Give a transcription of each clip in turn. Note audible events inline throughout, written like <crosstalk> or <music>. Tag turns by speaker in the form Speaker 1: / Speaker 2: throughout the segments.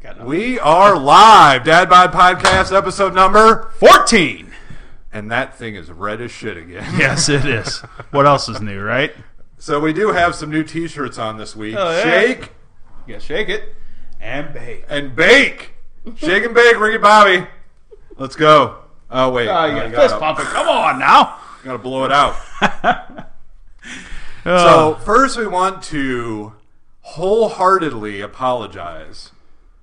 Speaker 1: Got no-
Speaker 2: <laughs> We are live, Dad Bod Podcast, episode number,
Speaker 1: 14.
Speaker 2: and that thing is red as shit again.
Speaker 1: Yes, it is. what else is new, right?
Speaker 2: So we do have some new T-shirts on this week.
Speaker 1: Oh, yeah.
Speaker 2: Shake
Speaker 1: You gotta shake it and bake.
Speaker 2: and bake, shake and bake, Ricky Bobby. Let's go. Oh wait,
Speaker 1: Oh,
Speaker 2: I
Speaker 1: you gotta
Speaker 2: gotta-
Speaker 1: fist pump it. Come on now.
Speaker 2: gotta blow it out. So
Speaker 1: Oh,
Speaker 2: first, we want to wholeheartedly apologize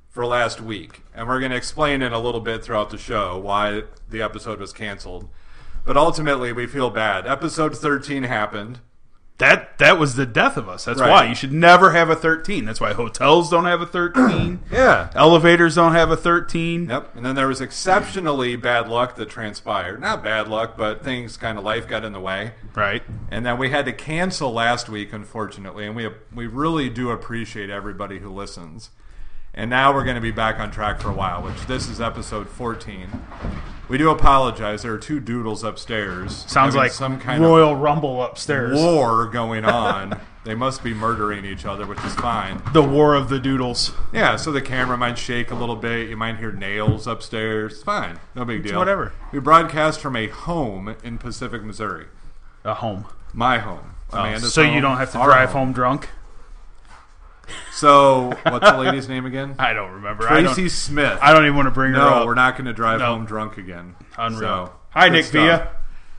Speaker 2: for last week, and we're going to explain in a little bit throughout the show why the episode was canceled. But ultimately, we feel bad. Episode thirteen happened.
Speaker 1: that that was the death of us. That's
Speaker 2: Right.
Speaker 1: why you should never have a 13. That's why hotels don't have
Speaker 2: <clears throat>
Speaker 1: a 13.
Speaker 2: Yeah.
Speaker 1: Elevators don't have a 13.
Speaker 2: Yep. And then there was exceptionally bad luck that transpired. Not bad luck, but things kind of life got in the way.
Speaker 1: Right.
Speaker 2: And then we had to cancel last week, unfortunately. And we we really do appreciate everybody who listens. And now we're going to be back on track for a while, which this is episode 14. We do apologize. There are two doodles upstairs.
Speaker 1: Sounds
Speaker 2: having
Speaker 1: like
Speaker 2: some kind
Speaker 1: Royal Rumble
Speaker 2: of
Speaker 1: upstairs.
Speaker 2: war going on. <laughs> they must be murdering each other, which is fine.
Speaker 1: The War of the Doodles.
Speaker 2: Yeah, so the camera might shake a little bit. You might hear nails upstairs. It's fine. No big deal.
Speaker 1: whatever.
Speaker 2: We broadcast from a home in Pacific, Missouri.
Speaker 1: A home.
Speaker 2: My home. Amanda's
Speaker 1: Oh, so you
Speaker 2: home,
Speaker 1: don't have to
Speaker 2: our
Speaker 1: drive home drunk.
Speaker 2: So what's the lady's name again?
Speaker 1: I don't remember. <laughs> I
Speaker 2: Tracy
Speaker 1: don't,
Speaker 2: Smith.
Speaker 1: I don't even want to bring her
Speaker 2: no,
Speaker 1: up.
Speaker 2: we're not going to drive
Speaker 1: No.
Speaker 2: home drunk again.
Speaker 1: Unreal.
Speaker 2: So,
Speaker 1: Hi,
Speaker 2: good
Speaker 1: Nick
Speaker 2: stuff.
Speaker 1: Villa.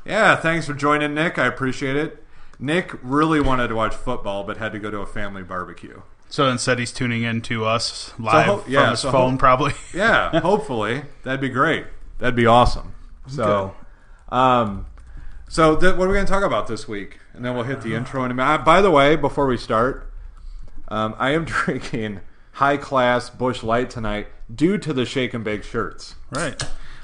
Speaker 2: Yeah, thanks for joining, Nick. I appreciate it. Nick really wanted to watch football, but had to go to a family barbecue.
Speaker 1: So instead, he's tuning in to us live
Speaker 2: ho- yeah,
Speaker 1: from his
Speaker 2: so ho- <laughs>
Speaker 1: phone, probably. <laughs>
Speaker 2: Yeah, hopefully that'd be great. That'd be awesome. So, um, so th- what are we going to talk about this week? And then we'll hit
Speaker 1: Uh-huh.
Speaker 2: the intro. And I, Uh, by the way, before we start, um, I am <laughs> drinking high class Bush Light tonight due to the shake and bake shirts.
Speaker 1: right.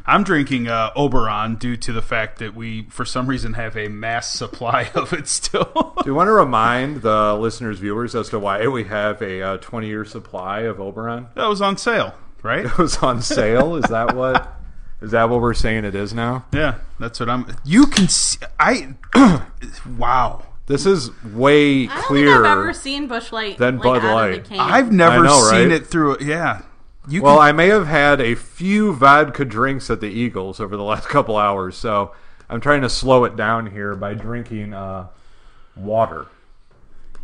Speaker 1: I'm drinking uh, Oberon due to the fact that we, for some reason, have a mass supply <laughs> of it still. <laughs>
Speaker 2: Do you want to remind the listeners, viewers, as to why we have a uh, 20 year supply of Oberon? <laughs>
Speaker 1: that was on sale, right?
Speaker 2: It was on sale. Is that what? Is that what we're saying it is now?
Speaker 1: Yeah, that's what I'm. You can see. I. <clears throat> wow.
Speaker 2: This is way
Speaker 3: I don't
Speaker 2: clearer.
Speaker 3: think I've ever seen Bushlight
Speaker 2: than
Speaker 3: like,
Speaker 2: Bud
Speaker 3: out
Speaker 2: Light.
Speaker 3: Of the can.
Speaker 1: I've never
Speaker 2: know, right?
Speaker 1: seen it through. Yeah. You
Speaker 2: Well,
Speaker 1: can,
Speaker 2: I may have had a few vodka drinks at the Eagles over the last <laughs> couple hours, so I'm trying to slow it down here by drinking uh, water,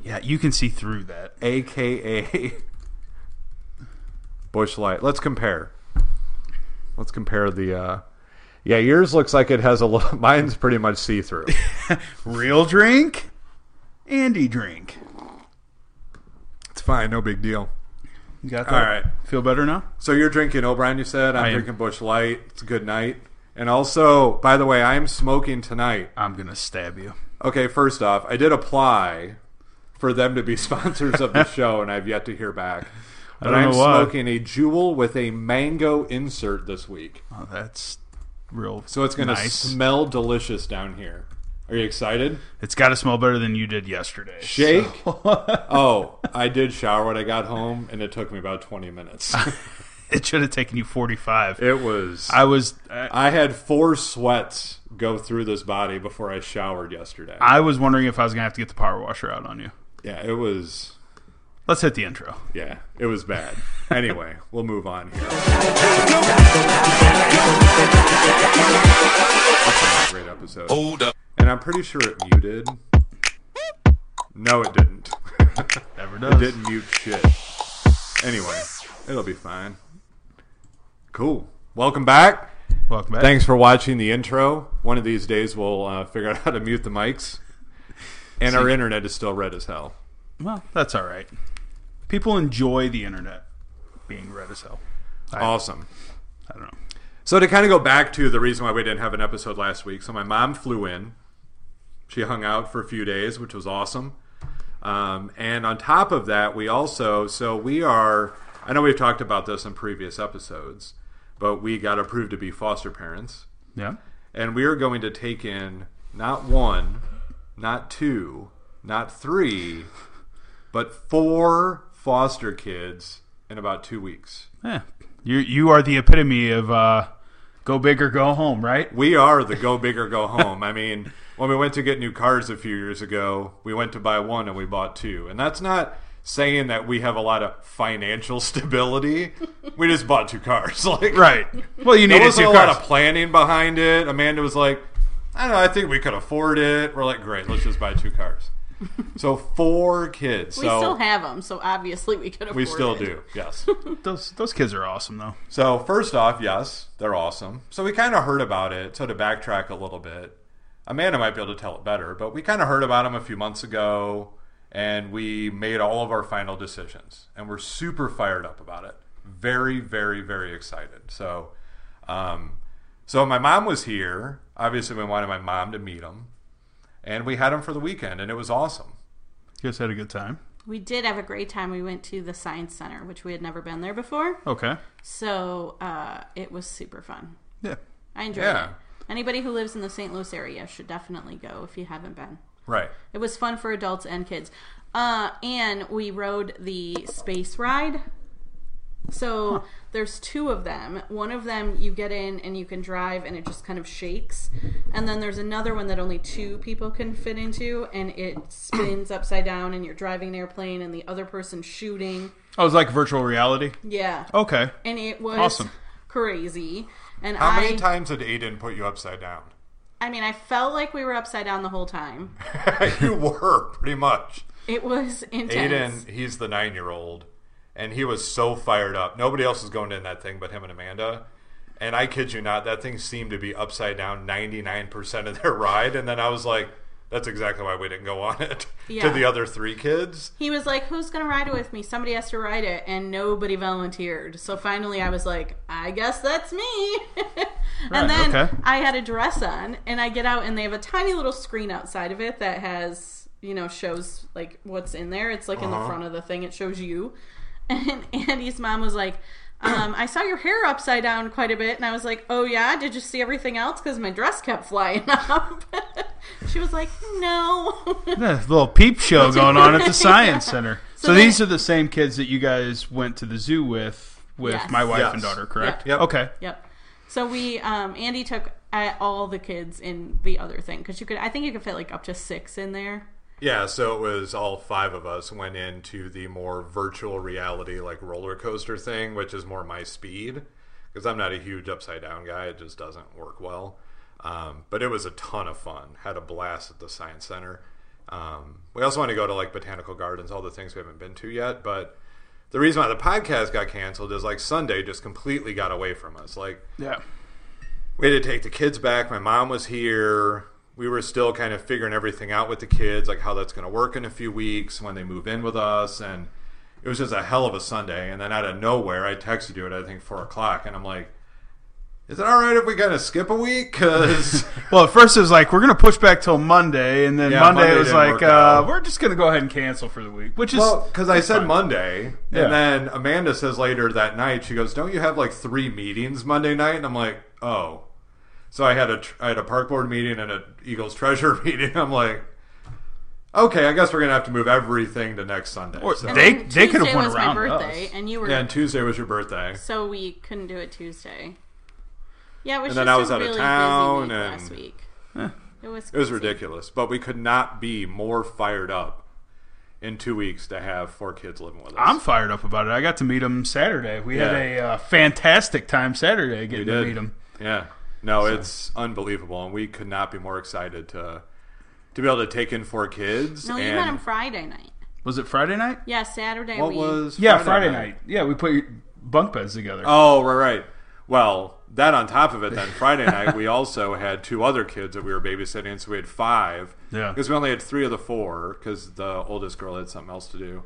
Speaker 1: yeah, you can see through that.
Speaker 2: aka Bush Light. Let's compare. Let's compare the. Uh, yeah, yours looks like it has a little. <laughs> Mine's pretty much see through.
Speaker 1: Real drink, Andy drink.
Speaker 2: it's fine, no big deal.
Speaker 1: You got that?
Speaker 2: All right.
Speaker 1: Feel better now?
Speaker 2: So you're drinking O'Brien, you said. I'm
Speaker 1: I am.
Speaker 2: drinking Bush Light. It's a good night. And also, by the way, I'm smoking tonight.
Speaker 1: I'm going to stab you.
Speaker 2: Okay, first off, I did apply for them to be <laughs> sponsors of the show, and I've yet to hear back. But
Speaker 1: don't
Speaker 2: I'm
Speaker 1: know why.
Speaker 2: smoking a jewel with a mango insert this week,
Speaker 1: Oh, that's real.
Speaker 2: so it's going to
Speaker 1: nice.
Speaker 2: smell delicious down here. Are you excited?
Speaker 1: It's got to smell better than you did yesterday. <laughs>
Speaker 2: Shake.
Speaker 1: so-
Speaker 2: oh, I did shower when I got home, and it took me about 20 minutes.
Speaker 1: it should have taken you 45.
Speaker 2: it was.
Speaker 1: I
Speaker 2: I,
Speaker 1: was I,
Speaker 2: had four sweats go through this body before I showered yesterday.
Speaker 1: I was wondering if I was going to have to get the power washer out on you.
Speaker 2: yeah, it was.
Speaker 1: Let's hit the intro.
Speaker 2: Yeah, it was bad. Anyway, <laughs> we'll move on here. Great episode.
Speaker 4: Hold up.
Speaker 2: And I'm pretty sure it muted. No, it didn't. <laughs>
Speaker 1: Never does.
Speaker 2: didn't mute shit. Anyway, it'll be fine. Cool. Welcome back.
Speaker 1: Welcome back.
Speaker 2: Thanks for watching the intro. One of these days we'll uh, figure out how to mute the mics. And our internet is still red as hell.
Speaker 1: Well, that's all right. People enjoy the internet being red as hell.
Speaker 2: Awesome.
Speaker 1: I don't know.
Speaker 2: So to kind of go back to the reason why we didn't have an episode last week, so my mom flew in. She hung out for a few days, which was awesome. Um, and on top of that, we also so we are. I know we've talked about this in previous episodes, but we got approved to be foster parents,
Speaker 1: Yeah.
Speaker 2: and we are going to take in not one, not two, not three, but four foster kids in about two weeks.
Speaker 1: Yeah. You you are the epitome of uh, go big or go home, right?
Speaker 2: We are the go big or go home. I mean, when we went to get new cars a few years ago, we went to buy one and we bought two. And that's not saying that we have a lot of financial <laughs> stability, we just bought two cars. <laughs> Like
Speaker 1: Right. Well, you
Speaker 2: There
Speaker 1: needed
Speaker 2: wasn't
Speaker 1: two
Speaker 2: a lot
Speaker 1: cars.
Speaker 2: of planning behind it. Amanda was like, I don't know, I think we could afford it. We're like, great, let's just buy two cars. So four kids.
Speaker 3: We
Speaker 2: so
Speaker 3: still have them, so obviously we could afford
Speaker 2: we still
Speaker 3: it.
Speaker 2: do.
Speaker 3: <laughs>
Speaker 2: Yes.
Speaker 1: <laughs> Those those kids are awesome though.
Speaker 2: So first off, yes, they're awesome. So we kind of heard about it. So to backtrack a little bit, Amanda might be able to tell it better, but we kind of heard about them a few months ago, and we made all of our final decisions, and we're super fired up about it. Very, very, very excited. So, um, so my mom was here. Obviously, we wanted my mom to meet them, and we had them for the weekend, and it was awesome.
Speaker 1: You guys had a good time.
Speaker 3: We did have a great time. We went to the Science Center, which we had never been there before.
Speaker 1: Okay.
Speaker 3: So uh, it was super fun.
Speaker 1: Yeah.
Speaker 3: I enjoyed
Speaker 2: Yeah.
Speaker 3: it. Anybody who lives in the St. Louis area should definitely go if you haven't been.
Speaker 2: Right.
Speaker 3: It was fun for adults and kids. Uh, and we rode the space ride. So there's two of them. One of them you get in and you can drive and it just kind of shakes. And then there's another one that only two people can fit into and it
Speaker 2: <coughs>
Speaker 3: spins upside down and you're driving an airplane and the other person's shooting.
Speaker 1: Oh, it was like virtual reality.
Speaker 3: Yeah.
Speaker 2: Oh,
Speaker 1: Okay.
Speaker 3: And it was
Speaker 1: Awesome.
Speaker 3: crazy. And
Speaker 2: How
Speaker 3: I
Speaker 2: many times did Aiden put you upside down? <laughs>
Speaker 3: I mean, I felt like we were upside down the whole time.
Speaker 2: you were pretty much.
Speaker 3: It was intense.
Speaker 2: Aiden, he's the nine year old, and he was so fired up. Nobody else was going in that thing but him and Amanda. And I kid you not, that thing seemed to be upside down 99% of their <laughs> ride. And then I was like, that's exactly why we didn't go on it <laughs>
Speaker 3: Yeah.
Speaker 2: to the other three kids.
Speaker 3: He was like, "Who's gonna ride it with me? Somebody has to ride it," and nobody volunteered. So finally, I was like, "I guess that's me." <laughs>
Speaker 1: Right,
Speaker 3: and then
Speaker 1: okay.
Speaker 3: I had a dress on, and I get out, and they have a tiny little screen outside of it that has, you know, shows like what's in there. It's like in
Speaker 1: Uh-huh.
Speaker 3: the front of the thing. It shows you. <laughs> And Andy's mom was like, um, "I saw your hair upside down quite a bit," and I was like, "Oh yeah, did you see everything else? Because my dress kept flying <laughs> up." she was like, "No." <laughs>
Speaker 1: Yeah, little peep show going on at the science center. So,
Speaker 3: So
Speaker 1: these
Speaker 3: they-
Speaker 1: are the same kids that you guys went to the zoo with with
Speaker 3: Yes.
Speaker 1: my wife
Speaker 2: Yes.
Speaker 1: and daughter, correct?
Speaker 2: Yep. Yep.
Speaker 1: Okay.
Speaker 3: Yep. So we, um, Andy took uh, all the kids in the other thing because you could, I think you could fit like up to six in there.
Speaker 2: Yeah, so it was all five of us went into the more virtual reality, like roller coaster thing, which is more my speed because I'm not a huge upside down guy. It just doesn't work well. Um, but it was a ton of fun. Had a blast at the Science Center. Um, we also want to go to like botanical gardens, all the things we haven't been to yet. But the reason why the podcast got canceled is like Sunday just completely got away from us. Like,
Speaker 1: Yeah.
Speaker 2: we had to take the kids back. My mom was here. We were still kind of figuring everything out with the kids, like how that's going to work in a few weeks when they move in with us. And it was just a hell of a Sunday. And then out of nowhere, I texted you at I think four o'clock, and I'm like, "Is it all right if we kind of skip a week?" Because
Speaker 1: Well, at first it was like we're gonna push back till Monday, and then
Speaker 2: Yeah,
Speaker 1: Monday,
Speaker 2: Monday
Speaker 1: was
Speaker 2: didn't
Speaker 1: like
Speaker 2: work
Speaker 1: uh,
Speaker 2: out.
Speaker 1: we're just gonna go ahead and cancel for the week, which is
Speaker 2: well, because I said
Speaker 1: fine.
Speaker 2: Monday,
Speaker 1: Yeah.
Speaker 2: and then Amanda says later that night, she goes, "Don't you have like three meetings Monday night?" And I'm like, "Oh." So I had a tr- I had a park board meeting and a Eagles treasure <laughs> meeting. I'm like, okay, I guess we're gonna have to move everything to next Sunday.
Speaker 1: Or
Speaker 2: so.
Speaker 3: And
Speaker 1: They-
Speaker 3: then
Speaker 1: they could've
Speaker 3: Tuesday
Speaker 1: went
Speaker 3: was
Speaker 1: around
Speaker 3: my birthday,
Speaker 1: us.
Speaker 3: and you were
Speaker 2: yeah, and Tuesday was your birthday.
Speaker 3: so we couldn't do it Tuesday. Yeah, it was
Speaker 2: And
Speaker 3: just
Speaker 2: then I was
Speaker 3: a
Speaker 2: out of
Speaker 3: really
Speaker 2: town,
Speaker 3: busy week
Speaker 2: and- Eh.
Speaker 3: last week. It was
Speaker 2: It was
Speaker 3: crazy.
Speaker 2: ridiculous, but we could not be more fired up in two weeks to have four kids living with us.
Speaker 1: I'm fired up about it. I got to meet him Saturday. We had
Speaker 2: Yeah.
Speaker 1: a uh, fantastic time Saturday getting to
Speaker 2: did.
Speaker 1: meet him.
Speaker 2: Yeah. No, it's unbelievable, and we could not be more excited to to be able to take in four kids.
Speaker 3: No, you
Speaker 2: and
Speaker 3: met him Friday night.
Speaker 1: Was it Friday night?
Speaker 3: Yeah, Saturday.
Speaker 2: what
Speaker 3: we,
Speaker 2: was
Speaker 1: Yeah, Friday, night. Yeah, we put your bunk beds together.
Speaker 2: Oh, right, right. Well, that on top of it, then Friday night
Speaker 1: <laughs>
Speaker 2: we also had two other kids that we were babysitting, so we had five.
Speaker 1: Yeah.
Speaker 2: Because we only had three of the four, because the oldest girl had something else to do.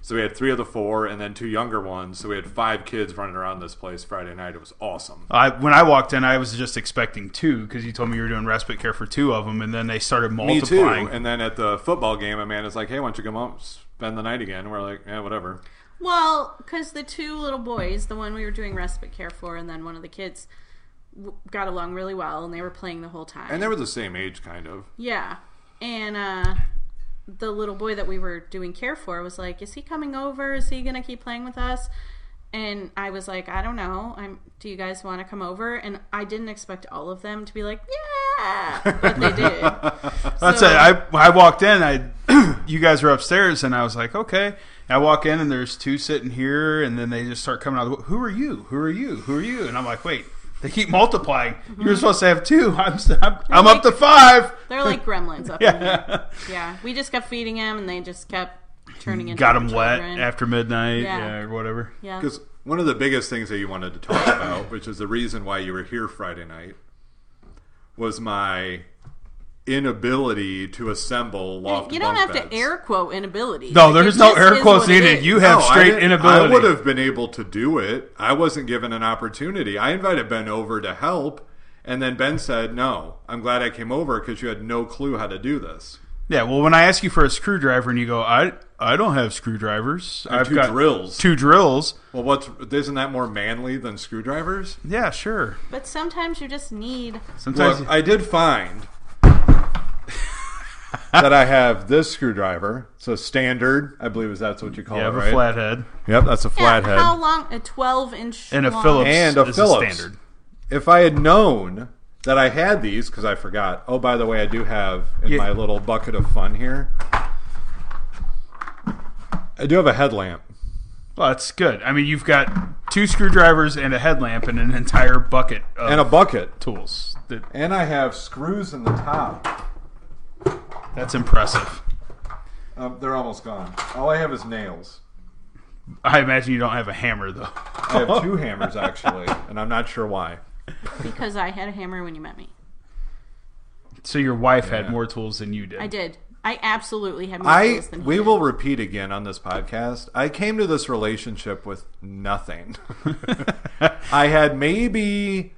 Speaker 2: So we had three of the four, and then two younger ones. So we had five kids running around this place Friday night. It was awesome.
Speaker 1: I, when I walked in, I was just expecting two because you told me you were doing respite care for two of them, and then they started
Speaker 2: Me too.
Speaker 1: multiplying.
Speaker 2: And then at the football game, Amanda's like, "Hey, why don't you come up, spend the night again?" And we're like, "Yeah, whatever."
Speaker 3: Well, because the two little boys, the one we were doing respite care for, and then one of the kids, w- got along really well, and they were playing the whole time.
Speaker 2: And they were the same age, kind of.
Speaker 3: Yeah. And uh the little boy that we were doing care for was like, "Is he coming over? Is he going to keep playing with us?" And I was like, "I don't know. I'm do you guys want to come over?" And I didn't expect all of them to be like, "Yeah." But they did.
Speaker 1: <laughs> That's
Speaker 3: so-
Speaker 1: it. I, <clears throat> I walked in, I you guys were upstairs, and I was like, okay. I walk in, and there's two sitting here, and then they just start coming out. Of the, Who are you? Who are you? Who are you? And I'm like, wait, they keep multiplying. You were supposed to have two. <laughs> I'm s- I'm, I'm up to five. <laughs>
Speaker 3: They're like gremlins up in here.
Speaker 1: Yeah,
Speaker 3: Yeah, we just kept feeding them, and they just kept turning into
Speaker 1: got them wet
Speaker 3: children.
Speaker 1: after midnight,
Speaker 3: Yeah.
Speaker 1: yeah, or whatever.
Speaker 3: Yeah,
Speaker 2: Because one of the biggest things that you wanted to
Speaker 3: <coughs>
Speaker 2: talk about, which is the reason why you were here Friday night, was my inability to loft bunk
Speaker 3: you don't have
Speaker 2: beds.
Speaker 3: to air quote inability.
Speaker 1: No,
Speaker 3: Like,
Speaker 1: there's
Speaker 3: it
Speaker 1: no
Speaker 3: just
Speaker 1: air
Speaker 3: is
Speaker 1: quotes
Speaker 3: what it
Speaker 1: needed.
Speaker 3: is.
Speaker 1: You have
Speaker 2: No, I
Speaker 1: straight
Speaker 2: didn't-
Speaker 1: inability.
Speaker 2: I would have been able to do it. I wasn't given an opportunity. I invited Ben over to help, and then Ben said, "No, I'm glad I came over because you had no clue how to do this.
Speaker 1: Yeah, well, when I ask you for a screwdriver and you go, I I don't have screwdrivers. I've
Speaker 2: two
Speaker 1: got
Speaker 2: drills.
Speaker 1: two drills.
Speaker 2: Well, what's isn't that more manly than screwdrivers?
Speaker 1: Yeah, sure.
Speaker 3: But sometimes you just need.
Speaker 1: Sometimes
Speaker 2: Look, I did find that I have this screwdriver. It's a standard, I believe, is that's what you call
Speaker 1: you
Speaker 2: it,
Speaker 1: have
Speaker 2: right?
Speaker 1: a flathead.
Speaker 2: Yep, that's a
Speaker 3: Yeah,
Speaker 2: flathead.
Speaker 3: how long? A 12 inch
Speaker 1: And a
Speaker 3: long-
Speaker 1: Phillips
Speaker 2: And a
Speaker 1: is
Speaker 2: Phillips.
Speaker 1: standard.
Speaker 2: if I had known that I had these, because I forgot. Oh, by the way, I do have in
Speaker 1: Yeah.
Speaker 2: my little bucket of fun here. I do have a headlamp.
Speaker 1: Well, that's good. I mean, you've got two screwdrivers and a headlamp and an entire bucket of
Speaker 2: And a bucket.
Speaker 1: tools. That,
Speaker 2: And I have screws in the top.
Speaker 1: that's impressive.
Speaker 2: Um, they're almost gone. All I have is nails.
Speaker 1: I imagine you don't have a hammer though.
Speaker 2: I have
Speaker 1: <laughs>
Speaker 2: two hammers, actually, and I'm not sure why.
Speaker 3: Because I had a hammer when you met me.
Speaker 1: So your wife
Speaker 2: Yeah.
Speaker 1: had more tools than you did.
Speaker 3: I did. I absolutely had more
Speaker 2: I
Speaker 3: skills than he
Speaker 2: we
Speaker 3: did.
Speaker 2: will repeat again on this podcast. I came to this relationship with nothing. <laughs> I had maybe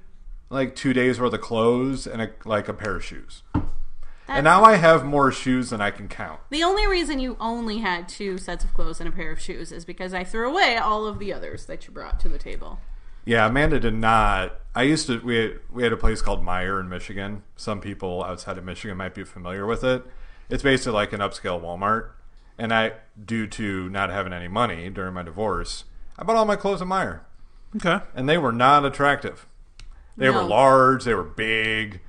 Speaker 2: like two days worth of clothes and a, like a pair of shoes, and now I have more shoes than I can count.
Speaker 3: The only reason you only had two sets of clothes and a pair of shoes is because I threw away all of the others that you brought to the table.
Speaker 2: Yeah, Amanda did not. I used to we had, we had a place called Meyer in Michigan. Some people outside of Michigan might be familiar with it. It's basically like an upscale Walmart. And I, due to not having any money during my divorce, I bought all my clothes at Meyer.
Speaker 1: <laughs> Okay.
Speaker 2: and they were not attractive. They were
Speaker 3: No.
Speaker 2: large. They were big.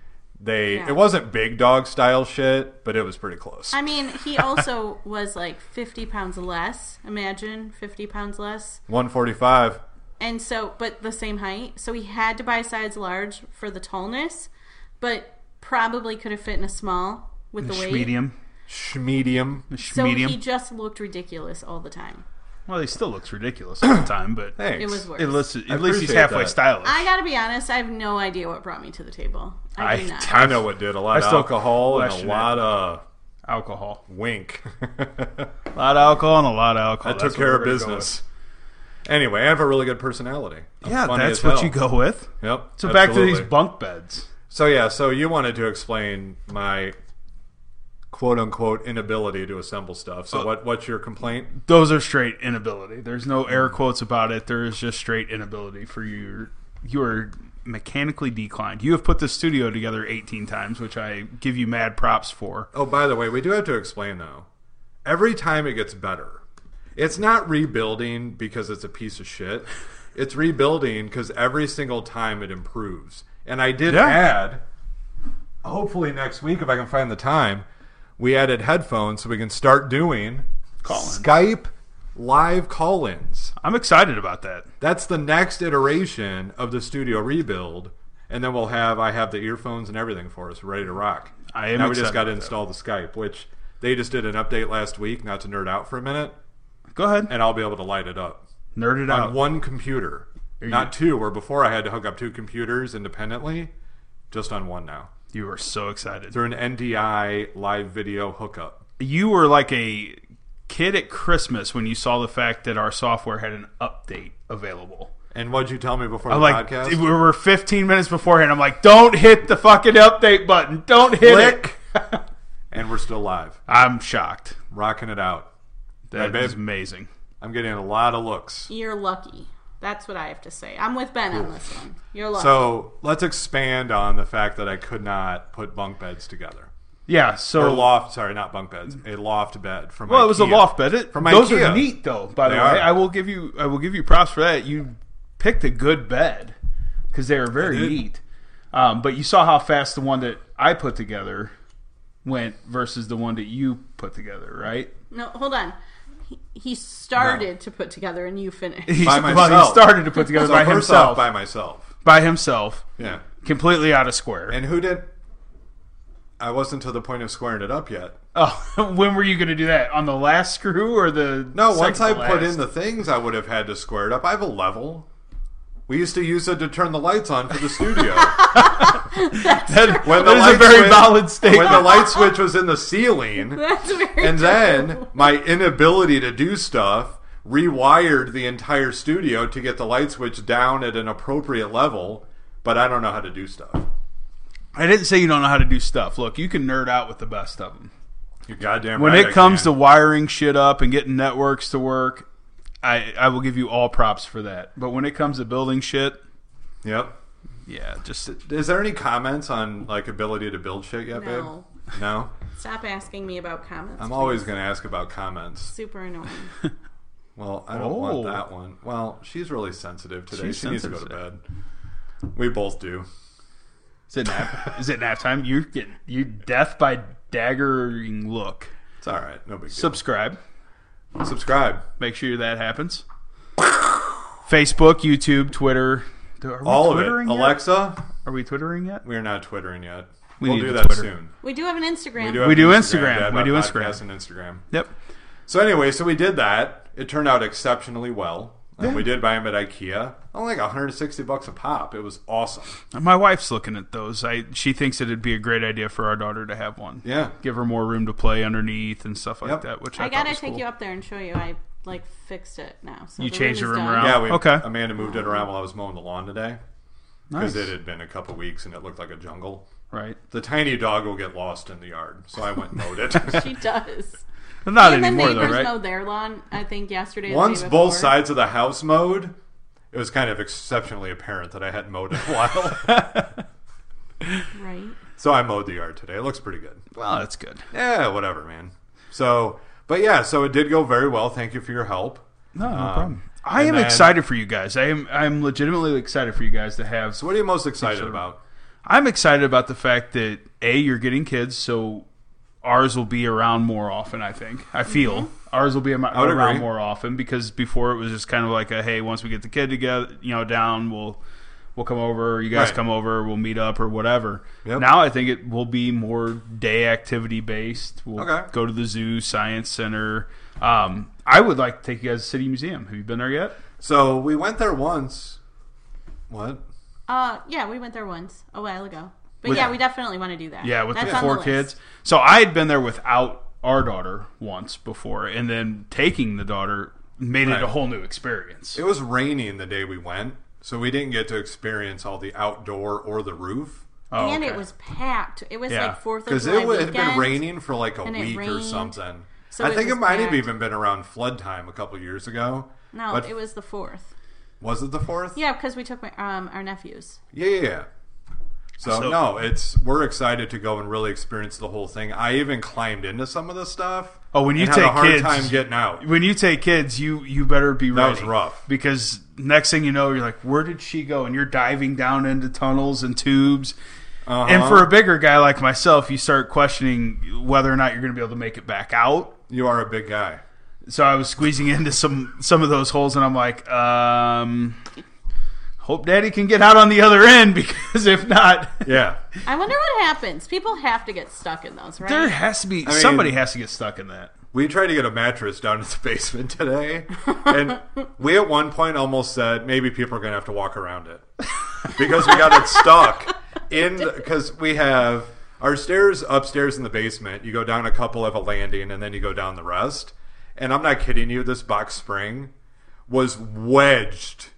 Speaker 2: They
Speaker 3: Yeah.
Speaker 2: it wasn't big dog style shit, but it was pretty close.
Speaker 3: I mean,
Speaker 2: <laughs>
Speaker 3: he also was like 50 pounds less. Imagine 50 pounds less.
Speaker 2: One forty five.
Speaker 3: And so, but the same height. So he had to buy a size large for the tallness, but probably could have fit in a small with the weight.
Speaker 1: Medium.
Speaker 2: Schmedium.
Speaker 3: So
Speaker 1: medium.
Speaker 3: he just looked ridiculous all the time.
Speaker 1: well, he still looks ridiculous all the time, but
Speaker 2: Thanks.
Speaker 3: It was worse.
Speaker 1: at least, at least he's
Speaker 2: appreciate
Speaker 1: halfway
Speaker 2: that.
Speaker 1: stylish.
Speaker 3: I gotta be honest, I have no idea what brought me to the table. I, do
Speaker 1: I-
Speaker 3: not.
Speaker 2: I know it did a lot
Speaker 1: I
Speaker 2: of
Speaker 1: still
Speaker 2: alcohol and a
Speaker 1: question
Speaker 2: lot of
Speaker 1: alcohol.
Speaker 2: wink. <laughs>
Speaker 1: A lot of alcohol and a lot of alcohol.
Speaker 2: I
Speaker 1: That's
Speaker 2: took
Speaker 1: what
Speaker 2: care of
Speaker 1: we're gonna go with.
Speaker 2: business. Anyway, I have a really good personality. I'm
Speaker 1: Yeah,
Speaker 2: funny
Speaker 1: that's
Speaker 2: as
Speaker 1: what
Speaker 2: hell.
Speaker 1: you go with.
Speaker 2: Yep.
Speaker 1: So back to these
Speaker 2: absolutely.
Speaker 1: bunk beds.
Speaker 2: So yeah, so you wanted to explain my quote unquote inability to assemble stuff.
Speaker 1: Uh,
Speaker 2: So what what's your complaint?
Speaker 1: Those are straight inability. There's no air quotes about it. There is just straight inability for your you are mechanically declined. You have put the studio together 18 times, which I give you mad props for.
Speaker 2: Oh, by the way, we do have to explain though. Every time it gets better. It's not rebuilding because it's a piece of shit. It's rebuilding because every single time it improves. And I did
Speaker 1: Yeah.
Speaker 2: add, hopefully next week if I can find the time, we added headphones so we can start doing
Speaker 1: Call-ins.
Speaker 2: Skype live call-ins.
Speaker 1: I'm excited about that.
Speaker 2: That's the next iteration of the studio rebuild, and then we'll have I have the earphones and everything for us ready to rock.
Speaker 1: I am
Speaker 2: now we just
Speaker 1: excited
Speaker 2: got to
Speaker 1: about
Speaker 2: install the Skype, which they just did an update last week. Not to nerd out for a minute,
Speaker 1: Go ahead,
Speaker 2: and I'll be able to light it up
Speaker 1: nerd it
Speaker 2: on
Speaker 1: out.
Speaker 2: one computer, not two. Where before I had to hook up two computers independently, just on one now
Speaker 1: You are so excited.
Speaker 2: through an NDI live video hookup.
Speaker 1: You were like a kid at Christmas when you saw the fact that our software had an update available.
Speaker 2: And what'd you tell me before
Speaker 1: I'm
Speaker 2: the
Speaker 1: like
Speaker 2: podcast?
Speaker 1: we were 15 minutes beforehand. I'm like, don't hit the fucking update button. Don't hit it.
Speaker 2: <laughs> and we're still live,
Speaker 1: I'm shocked.
Speaker 2: rocking it out.
Speaker 1: That
Speaker 2: babe.
Speaker 1: is amazing.
Speaker 2: I'm getting a lot of looks.
Speaker 3: You're lucky. That's what I have to say. I'm with Ben on this one. You're lucky.
Speaker 2: So let's expand on the fact that I could not put bunk beds together.
Speaker 1: Yeah.
Speaker 2: Or
Speaker 1: So
Speaker 2: loft, sorry, not bunk beds, a loft bed from
Speaker 1: well, it was a
Speaker 2: IKEA.
Speaker 1: loft bed. It,
Speaker 2: From
Speaker 1: those
Speaker 2: IKEA.
Speaker 1: are neat though. By the
Speaker 2: They
Speaker 1: way,
Speaker 2: are.
Speaker 1: I will give you I will give you props for that. You picked a good bed because they are very
Speaker 2: did.
Speaker 1: neat. Um, but you saw how fast the one that I put together went versus the one that you put together, right?
Speaker 2: <laughs>
Speaker 3: No, hold on. He, he started to put together and you finished.
Speaker 1: He,
Speaker 2: By
Speaker 1: Well,
Speaker 2: myself.
Speaker 1: he started to put
Speaker 2: <laughs>
Speaker 1: together
Speaker 2: So
Speaker 1: by
Speaker 2: first
Speaker 1: himself.
Speaker 2: off, by myself.
Speaker 1: by himself.
Speaker 2: Yeah.
Speaker 1: Completely out of square.
Speaker 2: And who did? I wasn't to the point of squaring it up yet.
Speaker 1: oh, <laughs> when were you going to do that? On the last screw or the.
Speaker 2: No, once I
Speaker 1: second to
Speaker 2: put
Speaker 1: last?
Speaker 2: in the things, I would have had to square it up. I have a level. We used to use it to turn the lights on for the studio.
Speaker 1: <laughs> That,
Speaker 2: When the
Speaker 1: that is a
Speaker 2: light
Speaker 1: very
Speaker 2: switch-
Speaker 1: valid statement.
Speaker 2: when the light switch was in the ceiling,
Speaker 3: <laughs> That's very
Speaker 2: and
Speaker 3: true.
Speaker 2: then my inability to do stuff rewired the entire studio to get the light switch down at an appropriate level. But I don't know how to do stuff.
Speaker 1: I didn't say you don't know how to do stuff. Look, you can nerd out with the best of them.
Speaker 2: You're goddamn
Speaker 1: When
Speaker 2: right.
Speaker 1: it comes to
Speaker 2: I
Speaker 1: wiring shit up and getting networks to work, I I will give you all props for that. But when it comes to building shit,
Speaker 2: to yep.
Speaker 1: yeah, just
Speaker 2: Is there any comments on like ability to build shit yet,
Speaker 3: No.
Speaker 2: babe? No.
Speaker 3: Stop asking me about comments.
Speaker 2: I'm always going to ask about comments.
Speaker 3: super annoying.
Speaker 2: Well, I don't
Speaker 1: Oh.
Speaker 2: want that one. Well, she's really sensitive today.
Speaker 1: She's
Speaker 2: she needs to go to bed. We both do.
Speaker 1: is it nap, is it nap time? You're getting you death by daggering look.
Speaker 2: It's all right. No big deal.
Speaker 1: Subscribe.
Speaker 2: Subscribe.
Speaker 1: Make sure that happens. Facebook, YouTube, Twitter. Do- Are we
Speaker 2: All of it.
Speaker 1: twittering yet?
Speaker 2: Alexa,
Speaker 1: Are we twittering yet?
Speaker 2: we're not twittering yet.
Speaker 1: We
Speaker 2: will
Speaker 1: need
Speaker 2: do
Speaker 1: to
Speaker 2: that
Speaker 1: Twitter.
Speaker 2: soon.
Speaker 3: We do have an Instagram.
Speaker 2: have
Speaker 1: We
Speaker 2: an
Speaker 1: do Instagram.
Speaker 2: Dad
Speaker 1: We
Speaker 2: Bod
Speaker 1: do
Speaker 2: Podcast
Speaker 1: Instagram.
Speaker 2: and Instagram.
Speaker 1: Yep.
Speaker 2: So anyway, so we did that. It turned out exceptionally well. Uh,
Speaker 1: Yeah.
Speaker 2: We did buy them at IKEA. Only like 160 bucks a pop. It was awesome.
Speaker 1: My wife's looking at those. I she thinks it'd be a great idea for our daughter to have one.
Speaker 2: Yeah.
Speaker 1: Give her more room to play underneath and stuff like
Speaker 2: Yep.
Speaker 1: that. Which I,
Speaker 3: I
Speaker 1: thought
Speaker 3: gotta
Speaker 1: was
Speaker 3: take
Speaker 1: cool.
Speaker 3: you up there and show you. I like fixed it now. So
Speaker 1: You
Speaker 3: the
Speaker 1: changed
Speaker 3: room
Speaker 1: the
Speaker 3: is
Speaker 1: room
Speaker 3: done.
Speaker 1: around?
Speaker 2: Yeah, we
Speaker 1: Oh, Okay.
Speaker 2: Amanda moved it around while I was mowing the lawn today
Speaker 1: Nice.
Speaker 2: because it had been a couple weeks and it looked like a jungle.
Speaker 1: Right.
Speaker 2: The tiny dog will get lost in the yard, so I went and mowed
Speaker 1: <laughs>
Speaker 2: it.
Speaker 3: <laughs> She does.
Speaker 1: But not
Speaker 3: and the
Speaker 1: anymore
Speaker 3: neighbors
Speaker 1: though, right?
Speaker 3: mowed their lawn. I think yesterday. and
Speaker 2: <laughs>
Speaker 3: the
Speaker 2: Once
Speaker 3: day
Speaker 2: both
Speaker 3: before.
Speaker 2: sides of the house mowed, it was kind of exceptionally apparent that I hadn't mowed in a while. <laughs>
Speaker 3: Right.
Speaker 2: so I mowed the yard today. It looks pretty good.
Speaker 1: Well, that's good.
Speaker 2: Yeah, Eh, whatever, man. So, but yeah, so it did go very well. Thank you for your help.
Speaker 1: No, no problem. I
Speaker 2: and
Speaker 1: am
Speaker 2: then-
Speaker 1: excited for you guys. I am I'm legitimately excited for you guys to have
Speaker 2: So, what are you most excited about?
Speaker 1: I'm excited about the fact that A, you're getting kids, so ours will be around more often, I think. I feel. Ours will be am-
Speaker 2: would
Speaker 1: around
Speaker 2: agree.
Speaker 1: more often because before it was just kind of like a hey, once we get the kid together, you know, down, we'll we'll come over, or you guys
Speaker 2: Right.
Speaker 1: come over, we'll meet up or whatever.
Speaker 2: Yep.
Speaker 1: Now I think it will be more day activity based. We'll
Speaker 2: Okay.
Speaker 1: go to the zoo, science center. Um, I would like to take you guys to City Museum. Have you been there yet?
Speaker 2: So, we went there once. What?
Speaker 3: Uh, yeah, we went there once a while ago. But
Speaker 1: With-
Speaker 3: yeah, we definitely want to do that.
Speaker 1: Yeah, with
Speaker 3: That's
Speaker 1: the
Speaker 3: on
Speaker 1: four
Speaker 3: list.
Speaker 1: kids. So I had been there without our daughter once before, and then taking the daughter made
Speaker 2: Right.
Speaker 1: it a whole new experience.
Speaker 2: It was raining the day we went, so we didn't get to experience all the outdoor or the roof.
Speaker 1: Oh,
Speaker 3: and
Speaker 1: okay.
Speaker 3: it was packed. It was
Speaker 1: Yeah,
Speaker 3: like Fourth of
Speaker 2: Because
Speaker 3: July
Speaker 2: it wa- had been
Speaker 3: weekend.
Speaker 2: raining for like a
Speaker 3: and it
Speaker 2: week or
Speaker 3: rained,
Speaker 2: something.
Speaker 3: so
Speaker 2: I
Speaker 3: it
Speaker 2: think it
Speaker 3: was
Speaker 2: might have
Speaker 3: packed.
Speaker 2: even been around flood time a couple years ago.
Speaker 3: No,
Speaker 2: But-
Speaker 3: it was the fourth.
Speaker 2: Was it the fourth?
Speaker 3: Yeah, because we took my, um our nephews.
Speaker 2: Yeah, yeah, yeah. So,
Speaker 1: So-
Speaker 2: no, it's we're excited to go and really experience the whole thing. I even climbed into some of the stuff.
Speaker 1: Oh, when you
Speaker 2: and had a
Speaker 1: take
Speaker 2: hard
Speaker 1: kids-
Speaker 2: time getting out.
Speaker 1: when you take kids, you you better be ready.
Speaker 2: was rough.
Speaker 1: because next thing you know, you're like, where did she go? And you're diving down into tunnels and tubes.
Speaker 2: Uh-huh.
Speaker 1: And for a bigger guy like myself, you start questioning whether or not you're going to be able to make it back out.
Speaker 2: you are a big guy.
Speaker 1: so I was squeezing <laughs> into some some of those holes, and I'm like, um, hope Daddy can get out on the other end <laughs> because if not, <laughs>
Speaker 2: Yeah,
Speaker 3: I wonder what happens. People have to get stuck in those, right?
Speaker 1: there has to be
Speaker 2: mean-
Speaker 1: somebody has to get stuck in that.
Speaker 2: we tried to get a mattress down to the <laughs> basement today, and we at one point almost said maybe people are going to have to walk around it because we got it stuck in because we have our stairs upstairs in the basement. You go down a couple of a landing, and then you go down the rest. And I'm not kidding you. This box spring was wedged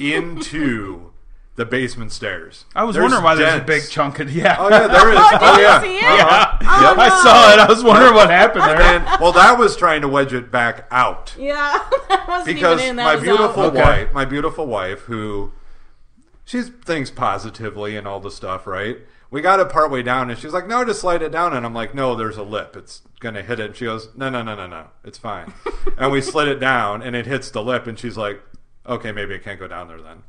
Speaker 2: into the basement stairs.
Speaker 1: I was
Speaker 2: There's
Speaker 1: wondering why there's
Speaker 2: dents.
Speaker 1: a big chunk of <laughs> yeah.
Speaker 2: Oh yeah, there is. oh,
Speaker 3: you
Speaker 2: yeah.
Speaker 3: see it?
Speaker 2: Uh-huh.
Speaker 1: Yeah,
Speaker 2: Yep.
Speaker 1: I saw it. I was wondering
Speaker 2: <laughs>
Speaker 1: what happened there.
Speaker 2: And well, that was trying to wedge it back out
Speaker 3: <laughs> Yeah, <laughs> that wasn't
Speaker 2: because
Speaker 3: even in that
Speaker 2: my
Speaker 3: was
Speaker 2: beautiful
Speaker 3: out.
Speaker 1: Okay.
Speaker 2: wife, my beautiful wife, who she thinks positively and all the stuff, right? We got it partway down, and she's like, "No, just slide it down." And I'm like, "No, there's a lip. It's gonna hit it." And she goes, "No, no, no, no, no. It's
Speaker 3: <laughs>
Speaker 2: fine." and we slid it down, and it hits the lip, and she's like, "Okay, maybe it can't go down there then."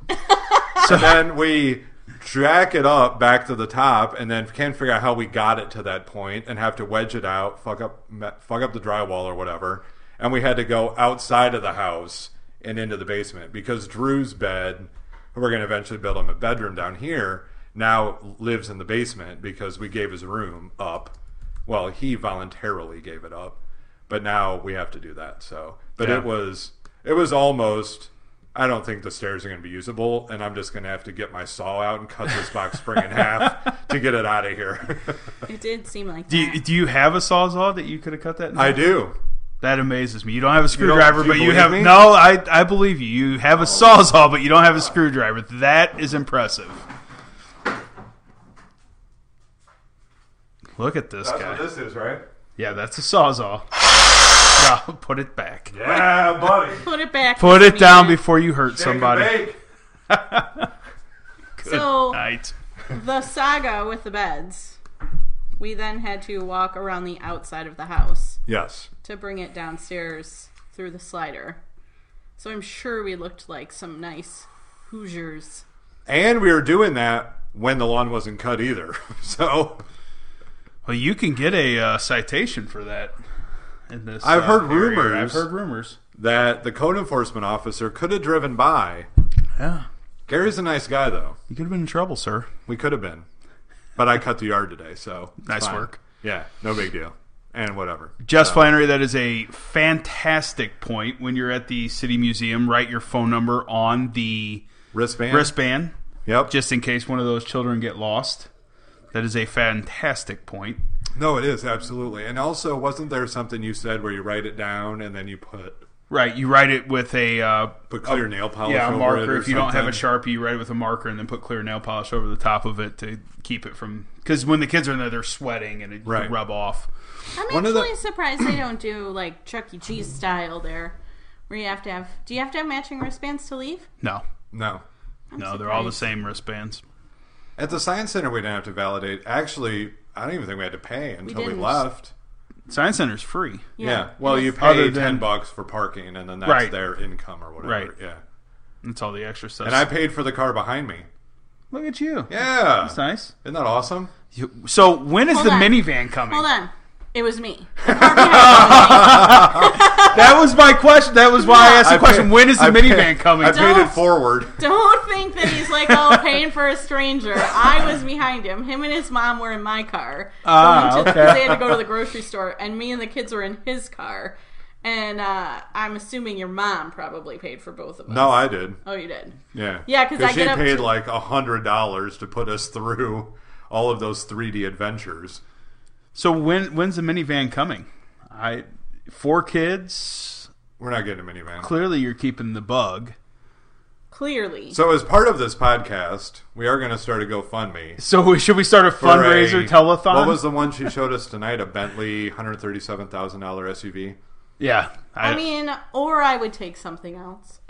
Speaker 2: so then we jack it up back to the top, and then can't figure out how we got it to that point, and have to wedge it out, fuck up, me- fuck up the drywall or whatever, and we had to go outside of the house and into the basement because Drew's bed, who we're gonna eventually build him a bedroom down here, now lives in the basement because we gave his room up. Well, he voluntarily gave it up, but now we have to do that. So, but
Speaker 1: Yeah.
Speaker 2: it was it was almost I don't think the stairs are going to be usable, and I'm just going to have to get my saw out and cut this box spring in half to get it out of here.
Speaker 3: It did seem like
Speaker 1: Do
Speaker 3: that.
Speaker 1: you, do you have a sawzall that you could have cut that?
Speaker 2: <laughs>
Speaker 1: in
Speaker 2: I
Speaker 1: half?
Speaker 2: do.
Speaker 1: That amazes me. You don't have a
Speaker 2: don't-
Speaker 1: screwdriver,
Speaker 2: do you
Speaker 1: but you
Speaker 2: believe
Speaker 1: have
Speaker 2: me?
Speaker 1: no. I I believe you. You have a sawzall, but you don't have a screwdriver. That is impressive. Look at this guy.
Speaker 2: this is, right?
Speaker 1: yeah, that's
Speaker 2: <laughs>
Speaker 1: a sawzall. No, put it back.
Speaker 2: Yeah, buddy.
Speaker 3: Put it back.
Speaker 1: Put
Speaker 3: Miss
Speaker 1: it down
Speaker 3: Mina.
Speaker 1: before you hurt somebody. <laughs>
Speaker 3: So
Speaker 1: Night.
Speaker 3: the saga with the beds. We then had to walk around the outside of the house
Speaker 2: Yes.
Speaker 3: to bring it downstairs through the slider. So I'm sure we looked like some nice Hoosiers.
Speaker 2: And we were doing that when the lawn wasn't cut either. <laughs> So
Speaker 1: Well, you can get a uh, citation for that. In this,
Speaker 2: I've
Speaker 1: uh,
Speaker 2: heard
Speaker 1: area.
Speaker 2: rumors.
Speaker 1: I've heard rumors.
Speaker 2: that the code enforcement officer could have driven by.
Speaker 1: Yeah,
Speaker 2: Gary's a nice guy, though.
Speaker 1: you could have been in trouble, sir.
Speaker 2: We could have been. But I cut the yard today, so. it's
Speaker 1: Nice work.
Speaker 2: Yeah, no big deal. And whatever.
Speaker 1: Just
Speaker 2: So-
Speaker 1: Flannery, that is a fantastic point. When you're at the City Museum, write your phone number on the
Speaker 2: Wristband.
Speaker 1: wristband
Speaker 2: Yep.
Speaker 1: just in case one of those children get lost. That is a fantastic point.
Speaker 2: No, it is absolutely. And also, wasn't there something you said where you write it down and then you put
Speaker 1: Right, you write it with a uh,
Speaker 2: put clear nail polish?
Speaker 1: yeah
Speaker 2: over
Speaker 1: a
Speaker 2: it
Speaker 1: marker.
Speaker 2: or
Speaker 1: If you don't have a
Speaker 2: something?
Speaker 1: sharpie, you write it with a marker and then put clear nail polish over the top of it to keep it from because when the kids are in there, they're sweating and it
Speaker 2: Right.
Speaker 1: can rub off.
Speaker 3: I'm
Speaker 2: One of the-
Speaker 3: actually surprised they don't do like Chuck E. Cheese style there, where you have to have. Do you have to have matching wristbands to leave?
Speaker 1: No,
Speaker 2: no.
Speaker 1: no, they're all the same wristbands.
Speaker 2: At the science center, we didn't have to validate. Actually, I don't even think we had to pay until we,
Speaker 3: didn't.
Speaker 2: left.
Speaker 1: Science Center's free.
Speaker 2: Yeah. Well, you pay
Speaker 1: Other than-
Speaker 2: ten bucks for parking, and then that's
Speaker 1: Right.
Speaker 2: their income or whatever.
Speaker 1: Right.
Speaker 2: Yeah.
Speaker 1: That's all the extra stuff.
Speaker 2: And I paid for the car behind me.
Speaker 1: look at you.
Speaker 2: Yeah.
Speaker 1: That's nice.
Speaker 2: Isn't that awesome?
Speaker 1: You- So when is
Speaker 3: Hold
Speaker 1: the
Speaker 3: on.
Speaker 1: minivan coming?
Speaker 3: Hold on. It
Speaker 2: <laughs>
Speaker 3: was me. The car behind me.
Speaker 1: That was my question. That was why I asked the
Speaker 2: I
Speaker 1: question.
Speaker 2: paid-
Speaker 1: when is the
Speaker 2: I paid-
Speaker 1: minivan coming?
Speaker 2: I paid it
Speaker 3: Don't-
Speaker 2: forward.
Speaker 3: Don't think that he's like, oh, paying for a stranger. I was behind him. Him and his mom were in my car.
Speaker 1: Ah,
Speaker 3: Someone took-
Speaker 1: okay.
Speaker 3: They had to go to the grocery store, and me and the kids were in his car. And uh, I'm assuming your mom probably paid for both of us.
Speaker 2: No, I did.
Speaker 3: Oh, you did.
Speaker 2: Yeah.
Speaker 3: Yeah, 'cause I
Speaker 2: she
Speaker 3: get up
Speaker 2: paid
Speaker 3: to-
Speaker 2: like a hundred dollars to put us through all of those 3D adventures.
Speaker 1: so when when's the minivan coming? I four kids.
Speaker 2: We're not getting a minivan.
Speaker 1: Clearly, you're keeping the bug.
Speaker 3: Clearly.
Speaker 2: So, as part of this podcast, we are going to start a GoFundMe.
Speaker 1: So we, should we start a
Speaker 2: for
Speaker 1: fundraiser
Speaker 2: a-
Speaker 1: telethon?
Speaker 2: What was the one she showed us tonight? A Bentley $137,000 SUV.
Speaker 1: yeah,
Speaker 3: I mean, or I would take something else.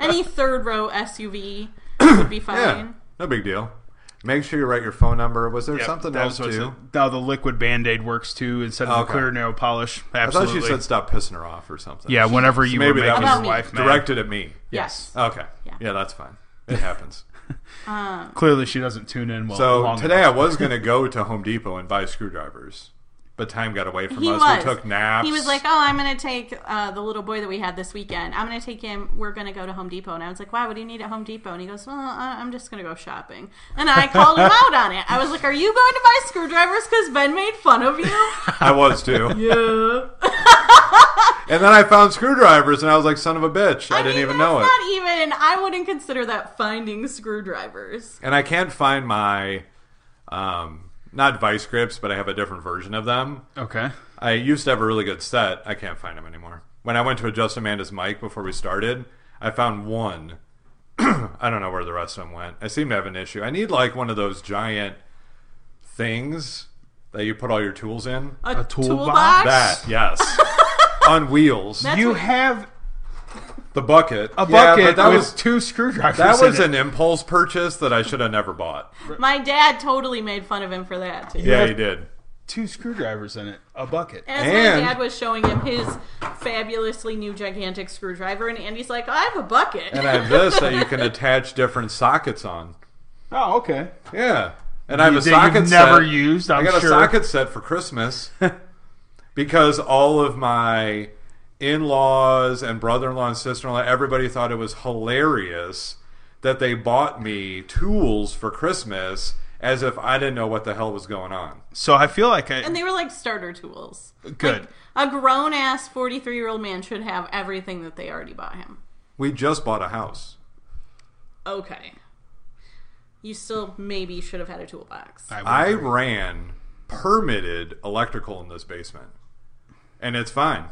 Speaker 3: Any third row SUV would be fine.
Speaker 2: Yeah, no big deal. Make sure you write your phone number. Was there
Speaker 1: Yep,
Speaker 2: something
Speaker 1: that
Speaker 2: else
Speaker 1: was what's-
Speaker 2: too?
Speaker 1: Now the liquid band aid works too instead of the
Speaker 2: Okay.
Speaker 1: clear nail polish.
Speaker 2: I thought
Speaker 1: Absolutely.
Speaker 2: you said stop pissing her off or something.
Speaker 1: yeah, whenever you
Speaker 2: Maybe
Speaker 1: were
Speaker 2: that
Speaker 1: making
Speaker 2: was
Speaker 1: your wife mad.
Speaker 2: directed at me.
Speaker 3: Yes.
Speaker 2: Okay.
Speaker 3: Yeah.
Speaker 2: yeah that's fine. It happens.
Speaker 3: Um,
Speaker 1: Clearly, she doesn't tune in well.
Speaker 2: So
Speaker 1: long
Speaker 2: today
Speaker 1: enough.
Speaker 2: I was going to go to Home Depot and buy screwdrivers, but time got away from
Speaker 3: He
Speaker 2: us.
Speaker 3: was.
Speaker 2: We took naps.
Speaker 3: He was like, "Oh, I'm gonna take uh, the little boy that we had this weekend. I'm gonna take him. We're gonna go to Home Depot." And I was like, "Why? What do you need at Home Depot?" And he goes, "Well, I- I'm just gonna go shopping." And I called him out on it. I was like, "Are you going to buy screwdrivers because Ben made fun of
Speaker 2: <laughs>
Speaker 3: you?"
Speaker 2: I was too.
Speaker 3: <laughs> yeah.
Speaker 2: And then I found screwdrivers, and I was like, "Son of a bitch!" I,
Speaker 3: I,
Speaker 2: didn't
Speaker 3: mean,
Speaker 2: even
Speaker 3: that's
Speaker 2: know it.
Speaker 3: Not even. I wouldn't consider that finding screwdrivers.
Speaker 2: and I can't find my, um, not vice grips, but I have a different version of them.
Speaker 1: okay.
Speaker 2: I used to have a really good set. I can't find them anymore. When I went to adjust Amanda's mic before we started, I found one. <clears throat> I don't know where the rest of them went. I seem to have an issue. I need like one of those giant things that you put all your tools in.
Speaker 3: A,
Speaker 1: toolbox?
Speaker 3: toolbox.
Speaker 2: That, yes. On wheels.
Speaker 3: That's
Speaker 1: You
Speaker 3: what-
Speaker 1: have
Speaker 2: the bucket. Yeah,
Speaker 1: a bucket
Speaker 2: but that
Speaker 1: with
Speaker 2: was
Speaker 1: two screwdrivers.
Speaker 2: that
Speaker 1: in
Speaker 2: was
Speaker 1: it.
Speaker 2: an impulse purchase that I should have never
Speaker 1: <laughs>
Speaker 2: bought.
Speaker 3: My dad totally made fun of him for that too.
Speaker 2: Yeah, he did.
Speaker 1: two screwdrivers in it, a bucket.
Speaker 3: As
Speaker 2: And-
Speaker 3: my dad was showing him his fabulously new gigantic screwdriver, and Andy's like, I have a bucket.
Speaker 2: And I have this that you can attach different sockets on.
Speaker 1: Oh, okay.
Speaker 2: Yeah. And I have a
Speaker 1: That you've
Speaker 2: socket set.
Speaker 1: never used. I'm
Speaker 2: I got
Speaker 1: sure.
Speaker 2: a socket set for
Speaker 1: <laughs>
Speaker 2: Christmas because all of my in laws and brother in law and sister in law, everybody thought it was hilarious that they bought me tools for Christmas as if I didn't know what the hell was going on.
Speaker 1: So I feel like I
Speaker 3: And they were like starter tools.
Speaker 1: good.
Speaker 3: Like, a grown ass 43 year old man should have everything that they already bought him.
Speaker 2: We just bought a house.
Speaker 3: Okay. You still maybe should have had a toolbox.
Speaker 1: I, would
Speaker 2: I
Speaker 1: agree.
Speaker 2: ran permitted electrical in this basement, and it's fine.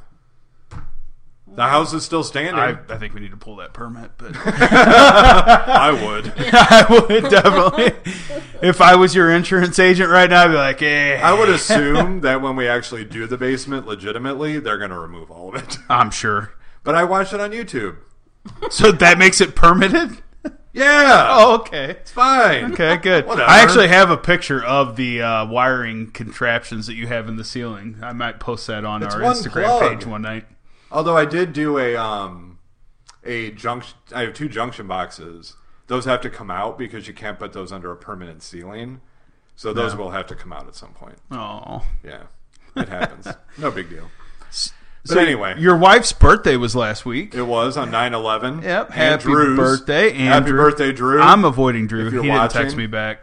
Speaker 2: The house is still standing.
Speaker 1: I, I think we need to pull that permit, <laughs> but
Speaker 2: I <laughs> would.
Speaker 1: I would definitely. If I was your insurance agent right now, I'd be like, eh.
Speaker 2: I
Speaker 1: <laughs>
Speaker 2: would assume that when we actually do the basement legitimately, they're going to remove all of it. <laughs>
Speaker 1: I'm sure.
Speaker 2: But I watched it on YouTube.
Speaker 1: So that makes it permitted? <laughs>
Speaker 2: Yeah.
Speaker 1: Oh, okay.
Speaker 2: it's fine.
Speaker 1: Okay, good.
Speaker 2: Whatever.
Speaker 1: I actually have a picture of the uh, wiring contraptions that you have in the ceiling. I might post that on
Speaker 2: It's
Speaker 1: our
Speaker 2: one
Speaker 1: Instagram
Speaker 2: plug.
Speaker 1: page one night.
Speaker 2: Although I did do a um a junction I have two junction boxes. Those have to come out because you can't put those under a permanent ceiling. So those will have to come out at some point.
Speaker 1: Oh.
Speaker 2: Yeah. It
Speaker 1: <laughs>
Speaker 2: happens. no big deal.
Speaker 1: so
Speaker 2: anyway.
Speaker 1: your wife's birthday was last week.
Speaker 2: It was on 9/11.
Speaker 1: Yep.
Speaker 2: And
Speaker 1: Happy
Speaker 2: Drew's.
Speaker 1: birthday,
Speaker 2: Happy
Speaker 1: Andrew.
Speaker 2: birthday, Drew.
Speaker 1: I'm avoiding Drew.
Speaker 2: If
Speaker 1: He
Speaker 2: you're
Speaker 1: didn't text
Speaker 2: watching.
Speaker 1: me back.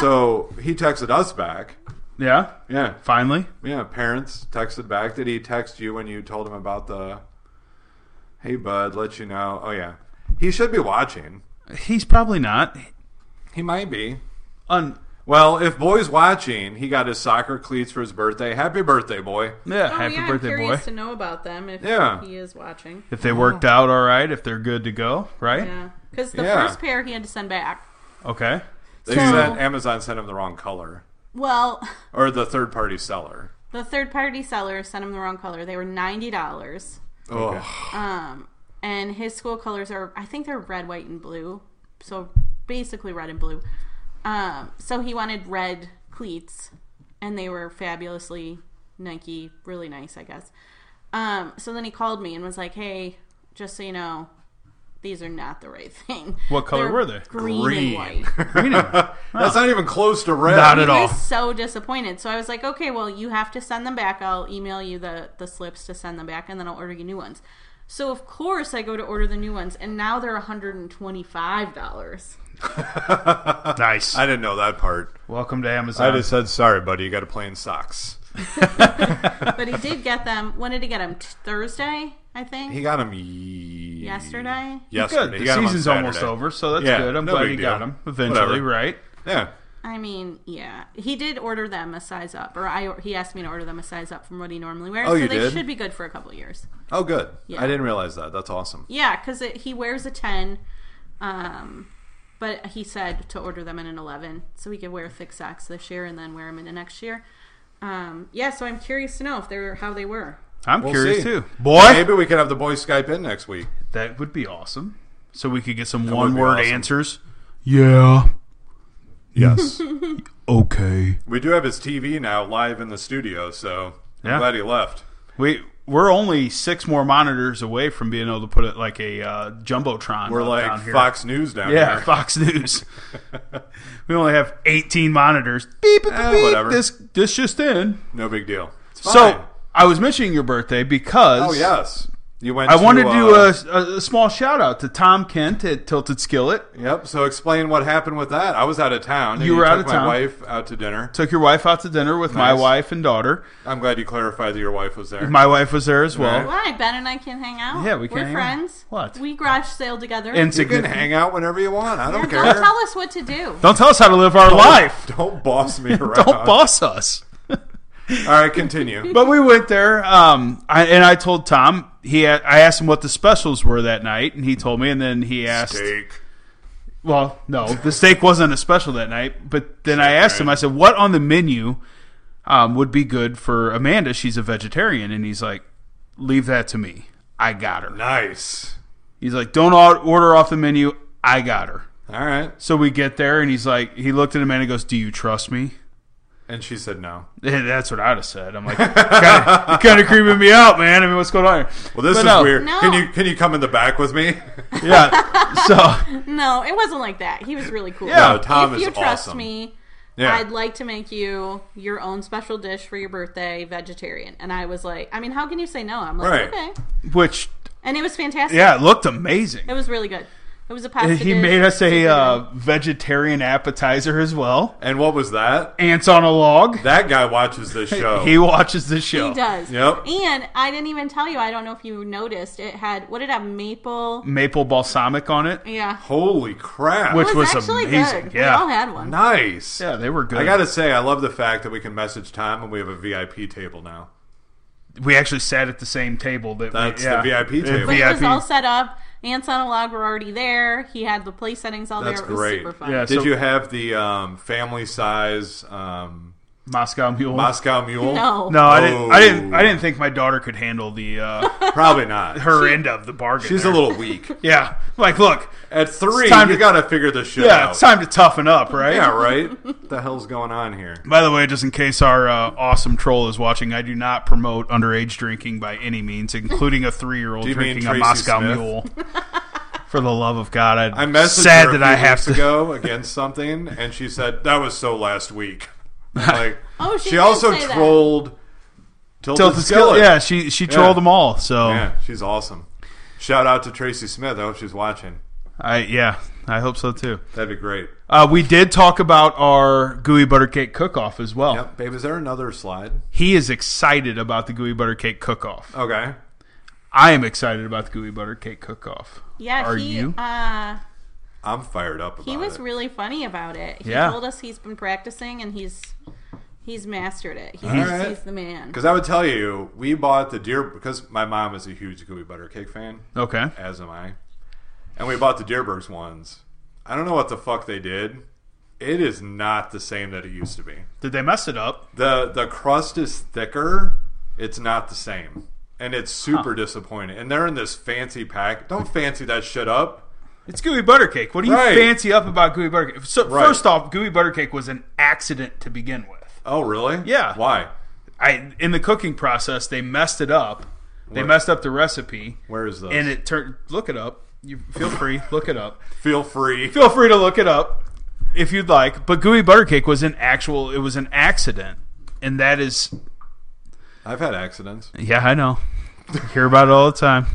Speaker 2: so he texted us back.
Speaker 1: Yeah.
Speaker 2: Yeah.
Speaker 1: Finally.
Speaker 2: Yeah, parents texted back. Did he text you when you told him about the? Hey, bud, let you know. Oh yeah, he should be watching.
Speaker 1: He's probably not.
Speaker 2: He might be.
Speaker 1: Un-
Speaker 2: Well, if boy's watching, he got his soccer cleats for his birthday. Happy birthday, boy!
Speaker 1: yeah.
Speaker 3: Oh,
Speaker 1: happy
Speaker 3: yeah, I'm
Speaker 1: birthday, boy.
Speaker 3: curious to know about them if
Speaker 2: Yeah.
Speaker 3: he is watching.
Speaker 1: If they worked out all right, if they're good to go, right?
Speaker 3: Yeah. Because the
Speaker 2: Yeah.
Speaker 3: first pair he had to send back.
Speaker 1: Okay.
Speaker 2: They
Speaker 3: So-
Speaker 2: sent Amazon sent him the wrong color
Speaker 3: Well, <laughs>
Speaker 2: or the third party seller.
Speaker 3: the third party seller sent him the wrong color. They were $90.
Speaker 2: Oh,
Speaker 3: Um, and his school colors are, I think they're red, white, and blue. So basically red and blue. Um, so he wanted red cleats, and they were fabulously Nike, really nice, I guess. Um, so then he called me and was like, "Hey, just so you know, these are not the right thing."
Speaker 1: What color were they?
Speaker 3: Green,
Speaker 2: Green.
Speaker 3: and white.
Speaker 2: <laughs> that's not even close to red.
Speaker 1: Not at
Speaker 3: I
Speaker 1: all.
Speaker 3: was so disappointed. So I was like, okay, well, you have to send them back. I'll email you the the slips to send them back, and then I'll order you new ones. So of course I go to order the new ones, and now they're one hundred and twenty five dollars.
Speaker 1: Nice.
Speaker 2: I didn't know that part.
Speaker 1: Welcome to Amazon.
Speaker 2: I just said sorry, buddy. You got to play in socks.
Speaker 3: But he did get them. When did he get them? T- Thursday, I think.
Speaker 2: He got him ye-
Speaker 3: Yesterday.
Speaker 2: Yesterday.
Speaker 1: good.
Speaker 2: He
Speaker 1: The
Speaker 2: got 'em on
Speaker 1: season's almost
Speaker 2: Saturday.
Speaker 1: over, so that's
Speaker 2: Yeah,
Speaker 1: good. I'm
Speaker 2: no
Speaker 1: glad
Speaker 2: big
Speaker 1: you
Speaker 2: deal.
Speaker 1: got them eventually,
Speaker 2: Whatever.
Speaker 1: right?
Speaker 2: Yeah.
Speaker 3: I mean, yeah, he did order them a size up, or I he asked me to order them a size up from what he normally wears.
Speaker 2: Oh,
Speaker 3: so
Speaker 2: you
Speaker 3: they
Speaker 2: did?
Speaker 3: should be good for a couple years.
Speaker 2: Oh, good.
Speaker 3: Yeah.
Speaker 2: I didn't realize that. That's awesome.
Speaker 3: Yeah, because he wears a 10. Um, but he said to order them in an 11 so he could wear thick socks this year and then wear them in the next year. Um, yeah, so I'm curious to know if they're how they were.
Speaker 1: I'm
Speaker 2: We'll
Speaker 1: curious
Speaker 2: see.
Speaker 1: too.
Speaker 2: Boy, maybe we could have the boys Skype in next week.
Speaker 1: That would be awesome. So we could get some
Speaker 2: would
Speaker 1: one
Speaker 2: be
Speaker 1: word
Speaker 2: awesome.
Speaker 1: answers. Yeah.
Speaker 2: Yes,
Speaker 1: <laughs> Okay.
Speaker 2: we do have his TV now live in the studio, so I'm
Speaker 1: Yeah.
Speaker 2: glad he left.
Speaker 1: We we're only six more monitors away from being able to put it like a uh, jumbotron.
Speaker 2: We're
Speaker 1: up
Speaker 2: like
Speaker 1: down here.
Speaker 2: Fox News down
Speaker 1: Yeah, <laughs>
Speaker 2: here. <laughs>
Speaker 1: Fox News. we only have 18 monitors. Beep, beep,
Speaker 2: Eh,
Speaker 1: beep,
Speaker 2: whatever.
Speaker 1: This this just in.
Speaker 2: No big deal. It's
Speaker 1: So
Speaker 2: fine.
Speaker 1: I was mentioning your birthday because
Speaker 2: oh yes, you went.
Speaker 1: I wanted
Speaker 2: to, uh,
Speaker 1: to do a, a, a small shout out to Tom Kent at Tilted Skillet.
Speaker 2: Yep. So explain what happened with that. I was out of town. and
Speaker 1: You were
Speaker 2: took
Speaker 1: out of
Speaker 2: my
Speaker 1: town.
Speaker 2: wife out to dinner.
Speaker 1: Took your wife out to dinner with my
Speaker 2: Nice.
Speaker 1: wife and daughter.
Speaker 2: I'm glad you clarified that your wife was there.
Speaker 1: My wife was there as well.
Speaker 2: Right.
Speaker 3: Why? Ben and I can hang out.
Speaker 1: Yeah, we can
Speaker 3: We're
Speaker 1: hang out.
Speaker 3: friends.
Speaker 1: What?
Speaker 3: We garage sale together.
Speaker 1: And
Speaker 2: you can
Speaker 1: significant-
Speaker 2: hang out whenever you want. I don't
Speaker 3: don't
Speaker 2: care.
Speaker 3: tell us what to do.
Speaker 1: Don't tell us how to live our life.
Speaker 2: <laughs> Don't Uh, boss me around.
Speaker 1: <laughs> Don't boss us.
Speaker 2: All right, continue.
Speaker 1: <laughs> But we went there, um, I, and I told Tom. He, a- I asked him what the specials were that night, and he told me. And then he asked,
Speaker 2: Steak.
Speaker 1: Well, no, the steak wasn't a special that night. But then I asked him, I said, "What on the menu um, would be good for Amanda? She's a vegetarian." And he's like, "Leave that to me. I got her."
Speaker 2: Nice.
Speaker 1: He's like, "Don't au- order off the menu. I got her."
Speaker 2: All right.
Speaker 1: So we get there, and he's like, he looked at Amanda, and goes, "Do you trust me?" <laughs>
Speaker 2: And she said no.
Speaker 1: Yeah, that's what I'd have said. I'm like, kinda, you're kind of creeping me out, man. I mean, what's going on? Here?
Speaker 2: Well, this
Speaker 1: But
Speaker 2: is
Speaker 1: no.
Speaker 2: weird.
Speaker 3: No.
Speaker 2: Can you can you come in the back with me? <laughs>
Speaker 1: Yeah.
Speaker 3: <laughs>
Speaker 1: So
Speaker 3: No, it wasn't like that. He was really cool.
Speaker 2: Yeah, Tom
Speaker 3: if
Speaker 2: is
Speaker 3: you trust
Speaker 2: awesome.
Speaker 3: me,
Speaker 2: Yeah.
Speaker 3: I'd like to make you your own special dish for your birthday, vegetarian. And I was like, I mean, how can you say no? I'm like,
Speaker 2: Right.
Speaker 3: okay.
Speaker 1: which
Speaker 3: And it was fantastic.
Speaker 1: yeah, it looked amazing.
Speaker 3: It was really good. It was a pasta
Speaker 1: He
Speaker 3: dish.
Speaker 1: made us a uh, vegetarian appetizer as well.
Speaker 2: and what was that?
Speaker 1: Ants on a log.
Speaker 2: That guy watches this show.
Speaker 1: <laughs> He watches this show.
Speaker 3: He does.
Speaker 2: Yep.
Speaker 3: And I didn't even tell you. I don't know if you noticed. It had what did it have? Maple.
Speaker 1: Maple balsamic on it.
Speaker 3: Yeah.
Speaker 2: Holy crap!
Speaker 1: Which-
Speaker 3: It was,
Speaker 1: was
Speaker 3: actually
Speaker 1: amazing,
Speaker 3: good.
Speaker 1: yeah.
Speaker 3: We all had one.
Speaker 2: nice.
Speaker 1: Yeah, they were good.
Speaker 2: I gotta say, I love the fact that we can message Tom and we have a VIP table now.
Speaker 1: we actually sat at the same table. That we-
Speaker 2: That's the
Speaker 1: yeah.
Speaker 2: VIP
Speaker 1: The
Speaker 2: table.
Speaker 3: but it was
Speaker 1: VIP.
Speaker 3: all set up. Ants on a log were already there. He had the play settings all
Speaker 2: That's
Speaker 3: there. It was
Speaker 2: great.
Speaker 3: super fun.
Speaker 1: Yeah.
Speaker 2: Did
Speaker 1: So-
Speaker 2: you have the um, family size um,
Speaker 1: Moscow Mule.
Speaker 2: Moscow Mule?
Speaker 3: No.
Speaker 1: no, I didn't. I didn't. I
Speaker 2: Oh.
Speaker 1: didn't think my daughter could handle the uh,
Speaker 2: <laughs> probably not.
Speaker 3: <laughs>
Speaker 1: her end of the bargain.
Speaker 2: She's a
Speaker 1: there.
Speaker 2: little weak.
Speaker 1: Yeah, like look.
Speaker 2: At three,
Speaker 1: It's time
Speaker 2: you
Speaker 1: to-
Speaker 2: gotta figure this shit
Speaker 1: Yeah,
Speaker 2: out.
Speaker 1: it's time to toughen up, right? <laughs>
Speaker 2: Yeah, right. what the hell's going on here?
Speaker 1: By the way, just in case our uh, awesome troll is watching, I do not promote underage drinking by any means, including a three-year-old
Speaker 2: Do you mean
Speaker 1: drinking a
Speaker 2: Tracy
Speaker 1: Moscow
Speaker 2: Smith?
Speaker 1: Mule. For the love of God, I'd,
Speaker 2: I
Speaker 1: am
Speaker 2: messaged
Speaker 1: sad
Speaker 2: her a
Speaker 1: that
Speaker 2: few
Speaker 1: I have
Speaker 2: weeks
Speaker 1: to.
Speaker 2: ago against something, and she said that was so last
Speaker 1: <laughs>
Speaker 2: week. Like,
Speaker 3: Oh, she did
Speaker 2: also
Speaker 3: say that.
Speaker 2: trolled Tilted,
Speaker 1: Tilt the skill.
Speaker 2: Skillet.
Speaker 1: Yeah, she she trolled them all. So
Speaker 2: Yeah, she's awesome. Shout out to Tracy Smith. I hope she's watching.
Speaker 1: I yeah, I hope so too.
Speaker 2: That'd be great.
Speaker 1: Uh, we did talk about our gooey butter cake cook-off as well.
Speaker 2: Yep, babe. Is there another slide?
Speaker 1: He is excited about the gooey butter cake cook-off.
Speaker 2: Okay.
Speaker 1: I am excited about the gooey butter cake cook-off.
Speaker 3: Yeah,
Speaker 1: Are
Speaker 3: he
Speaker 1: you?
Speaker 3: uh
Speaker 2: I'm fired up about
Speaker 3: he was
Speaker 2: it.
Speaker 3: really funny about it. He
Speaker 1: Yeah.
Speaker 3: told us he's been practicing and he's he's mastered it. He's,
Speaker 2: right.
Speaker 3: he's the man.
Speaker 2: Because I would tell you, we bought the deer because my mom is a huge gooey butter cake fan,
Speaker 1: Okay.
Speaker 2: as am I, and we bought the Deerbergs ones. I don't know what the fuck they did. It is not the same that it used to be.
Speaker 1: Did they mess it up?
Speaker 2: the The crust is thicker. It's not the same, and it's super disappointing. And they're in this fancy pack. Don't fancy that shit up.
Speaker 1: It's gooey butter cake. What do you
Speaker 2: Right.
Speaker 1: fancy up about gooey butter cake? So
Speaker 2: Right.
Speaker 1: first off, gooey butter cake was an accident to begin with.
Speaker 2: Oh, really?
Speaker 1: Yeah.
Speaker 2: Why?
Speaker 1: I in the cooking process they messed it up. They
Speaker 2: Where-
Speaker 1: messed up the recipe,
Speaker 2: Where is this?
Speaker 1: and it turned. Look it up. You feel free. Look it up.
Speaker 2: Feel free.
Speaker 1: <laughs> Feel free to look it up if you'd like. But gooey butter cake was an actual. It was an accident, and that is.
Speaker 2: I've had accidents.
Speaker 1: Yeah, I know. Hear about it all the time.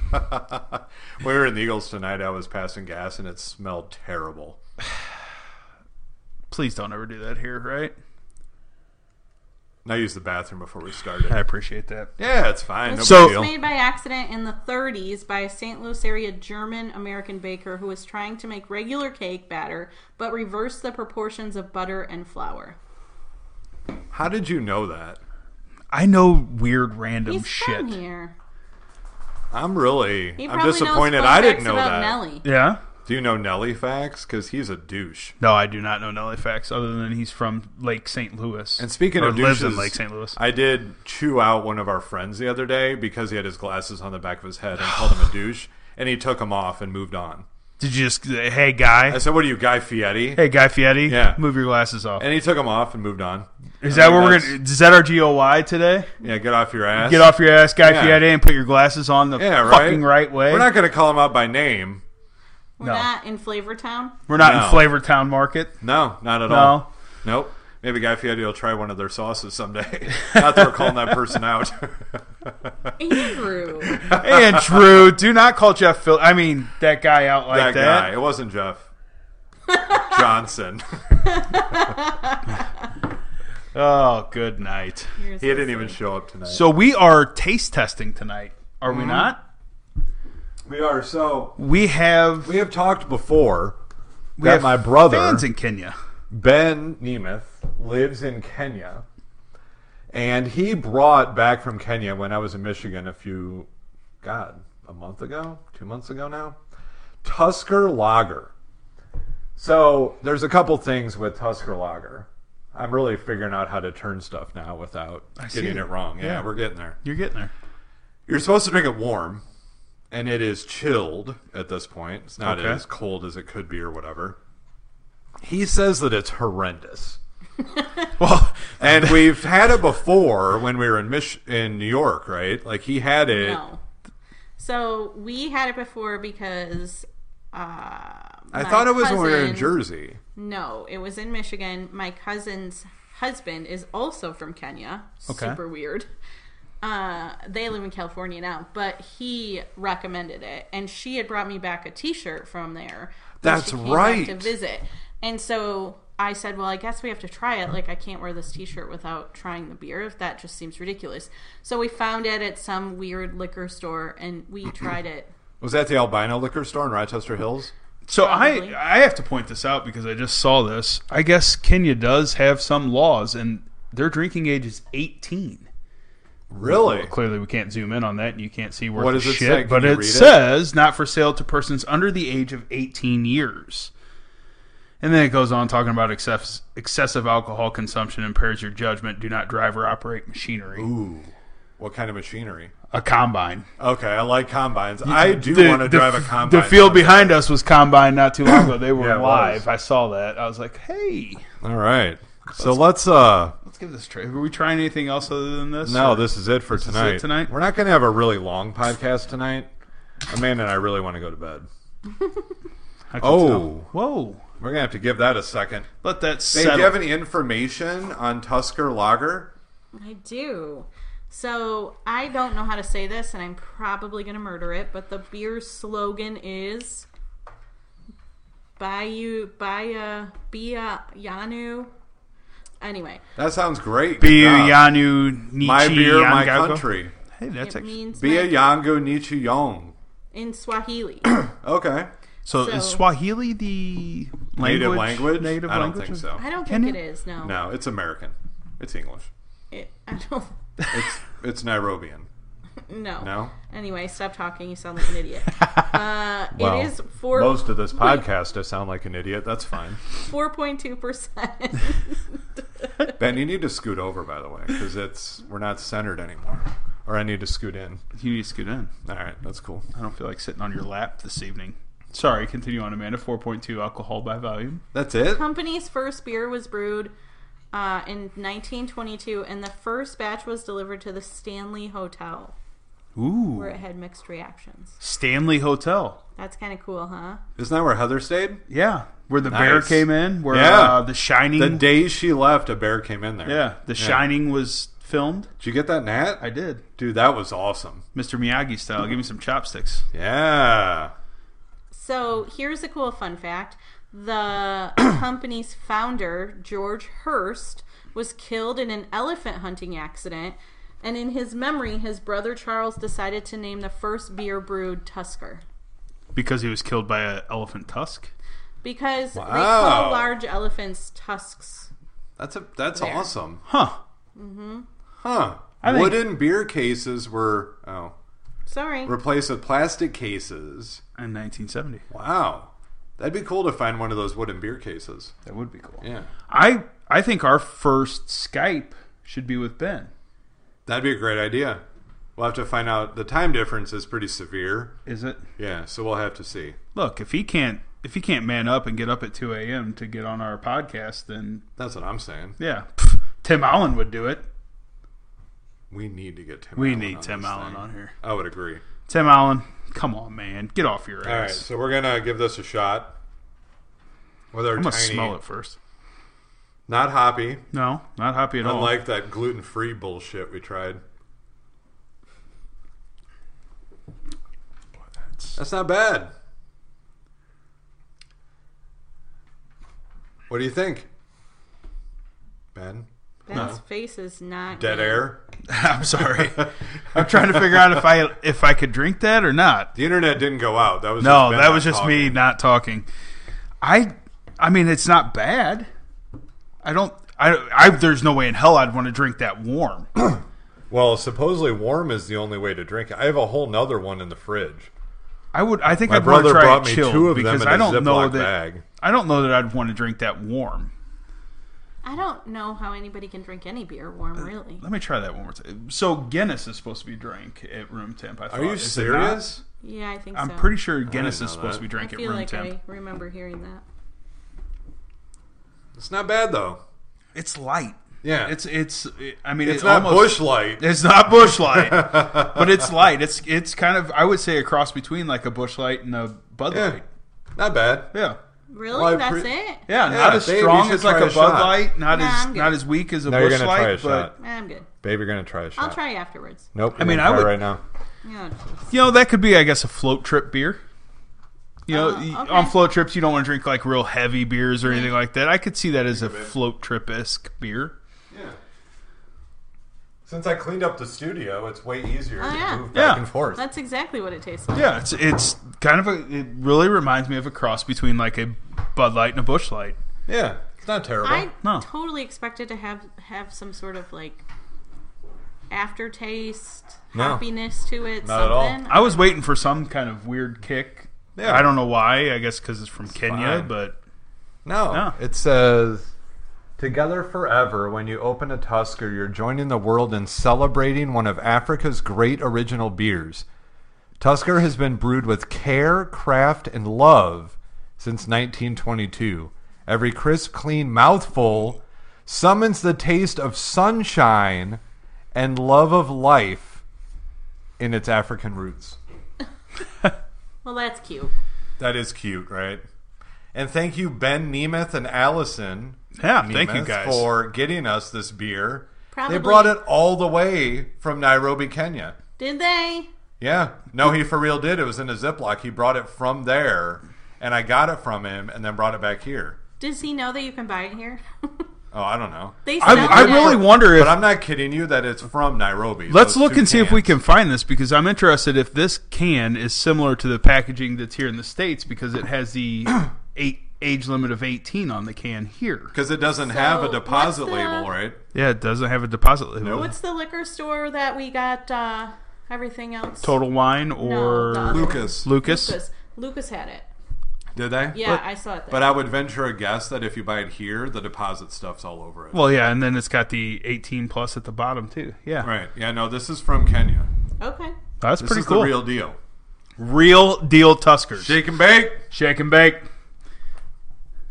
Speaker 2: We were in the Eagles tonight. I was passing gas, and it smelled terrible.
Speaker 1: Please don't ever do that here, right?
Speaker 2: And I used the bathroom before we
Speaker 1: I <laughs>
Speaker 2: started.
Speaker 1: appreciate that.
Speaker 2: Yeah, it's fine. No
Speaker 1: So-
Speaker 2: big
Speaker 3: It was
Speaker 2: deal.
Speaker 3: made by accident in the 30s by a St. Louis area German American baker who was trying to make regular cake batter but reversed the proportions of butter and flour.
Speaker 2: How did you know that?
Speaker 1: I know weird
Speaker 2: Oh,
Speaker 1: random
Speaker 3: He's
Speaker 1: shit.
Speaker 3: from here.
Speaker 2: I'm really.
Speaker 3: He
Speaker 2: I'm
Speaker 3: probably
Speaker 2: disappointed.
Speaker 3: knows fun
Speaker 2: I didn't
Speaker 3: facts
Speaker 2: know
Speaker 3: about
Speaker 2: that.
Speaker 3: Nelly.
Speaker 1: Yeah.
Speaker 2: Do you know Nelly facts? Because he's a douche.
Speaker 1: No, I do not know Nelly facts other than he's from Lake St. Louis.
Speaker 2: And speaking
Speaker 1: or
Speaker 2: of
Speaker 1: lives
Speaker 2: douches,
Speaker 1: in Lake St. Louis.
Speaker 2: I did chew out one of our friends the other day because he had his glasses on the back of his head
Speaker 1: <sighs>
Speaker 2: and called him a douche, and he took them off and moved on.
Speaker 1: Did you just hey guy?
Speaker 2: I said, "What are you, Guy Fieri?"
Speaker 1: Hey Guy Fieri,
Speaker 2: Yeah.
Speaker 1: move your glasses off.
Speaker 2: And he took them off and moved on.
Speaker 1: Is
Speaker 2: I
Speaker 1: that
Speaker 2: think
Speaker 1: where we're
Speaker 2: that's-
Speaker 1: gonna is that our GOY today?
Speaker 2: Yeah, get off your ass.
Speaker 1: Get off your ass, Guy
Speaker 2: Yeah.
Speaker 1: Fieri, and put your glasses on the
Speaker 2: Yeah, right.
Speaker 1: fucking right way.
Speaker 2: We're not going to call him out by name.
Speaker 3: We're
Speaker 1: No.
Speaker 3: not in Flavor Town.
Speaker 1: We're not
Speaker 2: No.
Speaker 1: in Flavortown Market.
Speaker 2: No, not at
Speaker 1: No.
Speaker 2: all. Nope. Maybe Guy Fieri will try one of their sauces someday. <laughs> not that we're calling that person out. <laughs>
Speaker 3: Andrew.
Speaker 1: and Drew, do not call Jeff Phil I mean that guy out
Speaker 2: that
Speaker 1: like that.
Speaker 2: guy. It wasn't
Speaker 1: <laughs>
Speaker 2: Jeff Johnson. <laughs>
Speaker 1: Oh, good night.
Speaker 3: You're
Speaker 2: he
Speaker 3: so
Speaker 2: didn't even
Speaker 3: silly.
Speaker 2: show up tonight.
Speaker 1: So we are taste testing tonight, are
Speaker 2: Mm-hmm.
Speaker 1: we not?
Speaker 2: we are so
Speaker 1: We have
Speaker 2: we have talked before
Speaker 1: we
Speaker 2: that
Speaker 1: have
Speaker 2: my brother
Speaker 1: fans e- in Kenya.
Speaker 2: Ben Nemeth lives in Kenya, and he brought back from Kenya when I was in Michigan a few, God, a month ago, two months ago now, Tusker Lager. So there's a couple things with Tusker Lager. I'm really figuring out how to turn stuff now without
Speaker 1: see
Speaker 2: getting
Speaker 1: it.
Speaker 2: it wrong. Yeah,
Speaker 1: Yeah.
Speaker 2: we're getting there.
Speaker 1: You're getting there.
Speaker 2: You're supposed to drink it warm, and it is chilled at this point. It's not
Speaker 1: Okay.
Speaker 2: as cold as it could be or whatever. He says that it's horrendous. Well, <laughs> and we've had it before when we were in Mich- in New York, right? Like he had it.
Speaker 3: No. So we had it before because. Uh,
Speaker 2: I
Speaker 3: my
Speaker 2: thought it was when we were in
Speaker 3: cousin-
Speaker 2: Jersey.
Speaker 3: No, it was in Michigan. My cousin's husband is also from Kenya.
Speaker 1: Okay.
Speaker 3: Super weird. Uh, they live in California now, but he recommended it, and she had brought me back a T-shirt from there. when
Speaker 2: That's
Speaker 3: she came back
Speaker 2: right.
Speaker 3: To visit, and so I said, "Well, I guess we have to try it. Like, I can't wear this T-shirt without trying the beer. That just seems ridiculous." So we found it at some weird liquor store, and
Speaker 2: <clears throat>
Speaker 3: we tried it.
Speaker 2: Was that the albino liquor store in Rochester Hills?
Speaker 1: <laughs> So
Speaker 3: Probably.
Speaker 1: I I have to point this out because I just saw this. I guess Kenya does have some laws, and their drinking age is 18.
Speaker 2: Really?
Speaker 1: Clearly, we can't zoom in on that, and you can't see where
Speaker 2: What
Speaker 1: the
Speaker 2: does it
Speaker 1: shit.
Speaker 2: say? Can
Speaker 1: But
Speaker 2: you
Speaker 1: it,
Speaker 2: read it?
Speaker 1: says not for sale to persons under the age of 18 years. And then it goes on talking about excess, excessive alcohol consumption impairs your judgment. Do not drive or operate machinery.
Speaker 2: Ooh. What kind of machinery?
Speaker 1: A combine.
Speaker 2: Okay, I like combines. I do
Speaker 1: The-
Speaker 2: want to
Speaker 1: the-
Speaker 2: drive a combine.
Speaker 1: The field behind us was combine not too long ago. They were
Speaker 2: Yeah, it was.
Speaker 1: live. I saw that. I was like, hey.
Speaker 2: All right. So let's uh
Speaker 1: Let's give this a try. Are we trying anything else other than this?
Speaker 2: no,
Speaker 1: Or-
Speaker 2: this is it for
Speaker 1: is it
Speaker 2: tonight.
Speaker 1: tonight?
Speaker 2: We're not going to have a really long podcast tonight. Amanda and I really want to go to bed.
Speaker 1: I can
Speaker 2: Oh.
Speaker 1: tell. whoa!
Speaker 2: We're going to have to give that a second.
Speaker 1: Let that
Speaker 2: Hey,
Speaker 1: settle.
Speaker 2: do you have any information on Tusker Lager?
Speaker 3: I do. So I don't know how to say this, and I'm probably going to murder it. But the beer slogan is "Bayou Baya Bia Yanu." Anyway,
Speaker 2: That sounds great. Good
Speaker 1: Be
Speaker 2: job.
Speaker 1: Yanu Nichi
Speaker 2: my beer, my
Speaker 1: Yangako.
Speaker 2: country.
Speaker 1: Hey, that's
Speaker 3: it
Speaker 1: actually
Speaker 3: means
Speaker 2: Be a
Speaker 3: my-
Speaker 2: Yango Nichi Yong. <coughs>
Speaker 3: in Swahili.
Speaker 2: Okay.
Speaker 1: so, Is
Speaker 3: So-
Speaker 1: Swahili the language?
Speaker 2: Native language?
Speaker 1: Native
Speaker 2: I don't
Speaker 1: language
Speaker 2: think
Speaker 1: of-
Speaker 2: so.
Speaker 3: I don't
Speaker 1: Can
Speaker 3: think it
Speaker 1: you-
Speaker 3: is. No,
Speaker 2: No, it's American. It's English.
Speaker 3: It- I don't. <laughs>
Speaker 2: It's it's Nairobian.
Speaker 3: No.
Speaker 2: No?
Speaker 3: Anyway, stop talking. You sound like an
Speaker 2: <laughs>
Speaker 3: idiot. Uh,
Speaker 2: Well,
Speaker 3: it is four.
Speaker 2: Most of this podcast, I sound like an idiot. That's fine.
Speaker 3: Four point
Speaker 2: <laughs>
Speaker 3: two percent.
Speaker 2: Ben, you need to scoot over, by the way, because it's we're not centered anymore. Or I need to scoot in.
Speaker 1: You need to scoot in.
Speaker 2: All right, that's cool.
Speaker 1: I don't feel like sitting on your lap this evening. Sorry. Continue on, Amanda. Four point two alcohol by volume.
Speaker 2: That's it.
Speaker 3: company's first beer was brewed uh, in 1922, and the first batch was delivered to the Stanley Hotel, where
Speaker 1: Ooh.
Speaker 3: it had mixed reactions.
Speaker 1: Stanley Hotel.
Speaker 3: That's kind of cool, huh?
Speaker 2: Isn't that where Heather stayed?
Speaker 1: Yeah, where the bear
Speaker 2: Nice.
Speaker 1: came in. Where
Speaker 2: Yeah.
Speaker 1: uh, the Shining.
Speaker 2: The day she left, a bear came in there.
Speaker 1: yeah, the Shining was filmed.
Speaker 2: Did you get that, Nat?
Speaker 1: I did,
Speaker 2: Dude, that was awesome.
Speaker 1: Mr. Miyagi style. Give me some chopsticks.
Speaker 2: Yeah.
Speaker 3: So here's a cool fun fact:
Speaker 2: <coughs>
Speaker 3: the company's founder, George Hurst, was killed in an elephant hunting accident. And in his memory, his brother Charles decided to name the first beer brewed Tusker.
Speaker 1: Because he was killed by an elephant tusk.
Speaker 3: Because they
Speaker 2: Wow.
Speaker 3: call large elephants tusks.
Speaker 2: That's a that's
Speaker 3: There.
Speaker 2: awesome.
Speaker 1: Huh.
Speaker 2: Huh.
Speaker 1: think-
Speaker 2: Wooden beer cases were oh
Speaker 3: Sorry.
Speaker 2: replaced with plastic cases.
Speaker 1: In 1970.
Speaker 2: Wow. That'd be cool to find one of those wooden beer cases.
Speaker 1: That would be cool.
Speaker 2: Yeah.
Speaker 1: I I think our first Skype should be with Ben.
Speaker 2: That'd be a great idea. We'll have to find out the time difference is pretty severe.
Speaker 1: Is it?
Speaker 2: Yeah, so we'll have to see.
Speaker 1: Look, if he can't if he can't man up and get up at 2 a.m. to get on our podcast, then
Speaker 2: That's what I'm saying.
Speaker 1: yeah, Pff, Tim Allen would do it.
Speaker 2: We need to get Tim
Speaker 1: We
Speaker 2: Allen
Speaker 1: need
Speaker 2: on
Speaker 1: Tim
Speaker 2: this
Speaker 1: Allen
Speaker 2: thing.
Speaker 1: on here.
Speaker 2: I would agree.
Speaker 1: Tim Allen, come on, man, get off your
Speaker 2: All right,
Speaker 1: ass.
Speaker 2: so we're gonna give this a shot. With our
Speaker 1: I'm gonna
Speaker 2: tiny,
Speaker 1: smell it first.
Speaker 2: not hoppy,
Speaker 1: No, not happy at all.
Speaker 2: unlike that gluten-free bullshit we tried.
Speaker 1: That's-
Speaker 2: That's not bad. What do you think, Ben?
Speaker 3: Ben's face is not
Speaker 2: Dead
Speaker 3: good.
Speaker 2: air.
Speaker 1: <laughs> I'm sorry. <laughs>
Speaker 2: <laughs>
Speaker 1: I'm trying to figure out if I if I could drink that or not.
Speaker 2: The internet didn't go out. That was
Speaker 1: No,
Speaker 2: just Ben
Speaker 1: that
Speaker 2: not
Speaker 1: was just me
Speaker 2: talking.
Speaker 1: not talking. I, I mean, it's not bad. I don't. I, I. There's no way in hell I'd want to drink that warm.
Speaker 2: Well, supposedly warm is the only way to drink it. I have a whole nother one in the fridge.
Speaker 1: I would. I think
Speaker 2: My
Speaker 1: I'd want to
Speaker 2: brother
Speaker 1: try
Speaker 2: brought
Speaker 1: it
Speaker 2: me
Speaker 1: chilled
Speaker 2: two of them
Speaker 1: because
Speaker 2: in
Speaker 1: I
Speaker 2: a
Speaker 1: don't know
Speaker 2: Ziploc
Speaker 1: that.
Speaker 2: bag.
Speaker 1: I don't know that I'd want to drink that warm.
Speaker 3: I don't know how anybody can drink any beer warm,
Speaker 1: Uh,
Speaker 3: really.
Speaker 1: Let me try that one more time. So Guinness is supposed to be drank at room temp. I thought.
Speaker 2: Are you
Speaker 1: Is it not?
Speaker 2: serious?
Speaker 3: Yeah, I think
Speaker 1: I'm
Speaker 3: so.
Speaker 1: pretty sure Guinness
Speaker 2: know
Speaker 1: is supposed
Speaker 2: that.
Speaker 1: to be
Speaker 3: I
Speaker 1: drank at
Speaker 3: feel
Speaker 1: room
Speaker 3: like
Speaker 1: temp.
Speaker 3: I remember hearing that.
Speaker 2: It's not bad though.
Speaker 1: it's light.
Speaker 2: Yeah.
Speaker 1: It's it's. It, I mean,
Speaker 2: it's
Speaker 1: it
Speaker 2: not
Speaker 1: almost-
Speaker 2: bush light.
Speaker 1: It's not
Speaker 2: <laughs>
Speaker 1: bush light, but it's light. It's it's kind of I would say a cross between like a bush light and a Bud
Speaker 2: Yeah.
Speaker 1: Light.
Speaker 2: Not bad.
Speaker 1: Yeah.
Speaker 3: Really?
Speaker 2: Well, I
Speaker 3: That's
Speaker 2: pre-
Speaker 3: it?
Speaker 1: Yeah,
Speaker 2: Yeah,
Speaker 1: not as
Speaker 2: babe, you
Speaker 1: strong
Speaker 2: should
Speaker 1: as like
Speaker 2: try
Speaker 1: a,
Speaker 2: a
Speaker 1: Bud
Speaker 2: shot.
Speaker 1: Light, not
Speaker 3: Nah, I'm
Speaker 1: as
Speaker 3: good.
Speaker 1: not as weak as a
Speaker 4: Now you're
Speaker 1: Bush
Speaker 4: gonna
Speaker 1: Light,
Speaker 4: try a
Speaker 1: but
Speaker 4: shot.
Speaker 3: Nah, I'm good.
Speaker 4: Babe, you're gonna try a shot.
Speaker 3: I'll try afterwards.
Speaker 4: Nope.
Speaker 1: I mean,
Speaker 4: you're
Speaker 1: I
Speaker 4: gonna try
Speaker 1: would-
Speaker 4: right now.
Speaker 3: Yeah, just-
Speaker 1: you know that could be I guess a float trip beer. You know,
Speaker 3: Oh,
Speaker 1: y-
Speaker 3: okay.
Speaker 1: on float trips you don't want to drink like real heavy beers or anything like that. I could see that as a float trip esque beer.
Speaker 2: Yeah. Since I cleaned up the studio, it's way easier
Speaker 3: Oh,
Speaker 2: to
Speaker 3: yeah.
Speaker 2: move
Speaker 1: Yeah.
Speaker 2: back and forth.
Speaker 3: That's exactly what it tastes like.
Speaker 1: Yeah, it's it's kind of a it really reminds me of a cross between like a Bud Light and a Bush Light.
Speaker 2: yeah. It's not terrible.
Speaker 3: I
Speaker 1: No.
Speaker 3: totally expected to have have some sort of like aftertaste,
Speaker 2: No.
Speaker 3: happiness to it.
Speaker 2: Not at all.
Speaker 3: something.
Speaker 1: I was waiting for some kind of weird kick.
Speaker 2: Yeah.
Speaker 1: I don't know why. I guess because it's from Kenya,
Speaker 2: fine.
Speaker 1: but
Speaker 2: No.
Speaker 1: No.
Speaker 2: It says Together forever, when you open a Tusker, you're joining the world in celebrating one of Africa's great original beers. Tusker has been brewed with care, craft, and love since 1922. Every crisp, clean mouthful summons the taste of sunshine and love of life in its African roots.
Speaker 3: Well, that's cute.
Speaker 2: That is cute, right? And thank you, Ben Nemeth and Allison.
Speaker 1: yeah,
Speaker 2: Nemeth
Speaker 1: thank you guys.
Speaker 2: for getting us this beer.
Speaker 3: Probably.
Speaker 2: They brought it all the way from Nairobi, Kenya.
Speaker 3: Did they?
Speaker 2: Yeah, no, he for real did. It was in a Ziploc. He brought it from there, and I got it from him, and then brought it back here.
Speaker 3: Does he know that you can buy it here? <laughs>
Speaker 2: Oh, I don't know,
Speaker 3: they
Speaker 1: I,
Speaker 3: sell
Speaker 1: I
Speaker 3: it.
Speaker 1: really wonder if
Speaker 2: but I'm not kidding you that it's from Nairobi.
Speaker 1: Let's
Speaker 2: Those
Speaker 1: look
Speaker 2: two
Speaker 1: and see if we can
Speaker 2: cans.
Speaker 1: find this because I'm interested if this can is similar to the packaging that's here in the states because it has <clears throat> the eight age limit of 18 on the can here.
Speaker 2: because it doesn't have a
Speaker 3: So,
Speaker 2: deposit
Speaker 3: what's the-
Speaker 2: label, right?
Speaker 1: Yeah, it doesn't have a deposit limit.
Speaker 2: Nope.
Speaker 3: What's the liquor store that we got uh, everything else?
Speaker 1: Total Wine
Speaker 3: No,
Speaker 1: or
Speaker 3: the other one.
Speaker 2: Lucas
Speaker 1: Lucas?
Speaker 3: Lucas. Lucas had it.
Speaker 2: did they?
Speaker 3: Yeah,
Speaker 1: But-
Speaker 3: I saw it there.
Speaker 2: But I would venture a guess that if you buy it here, the deposit stuff's all over it.
Speaker 1: Well, yeah, and then it's got the 18 plus at the bottom too. Yeah,
Speaker 2: right? Yeah. No, this is from Kenya.
Speaker 3: okay.
Speaker 1: that's
Speaker 2: This
Speaker 1: pretty
Speaker 2: is
Speaker 1: cool.
Speaker 2: the
Speaker 1: Real,
Speaker 2: real deal.
Speaker 1: deal Tuskers. Shake,
Speaker 2: Shake and bake.
Speaker 1: and bake.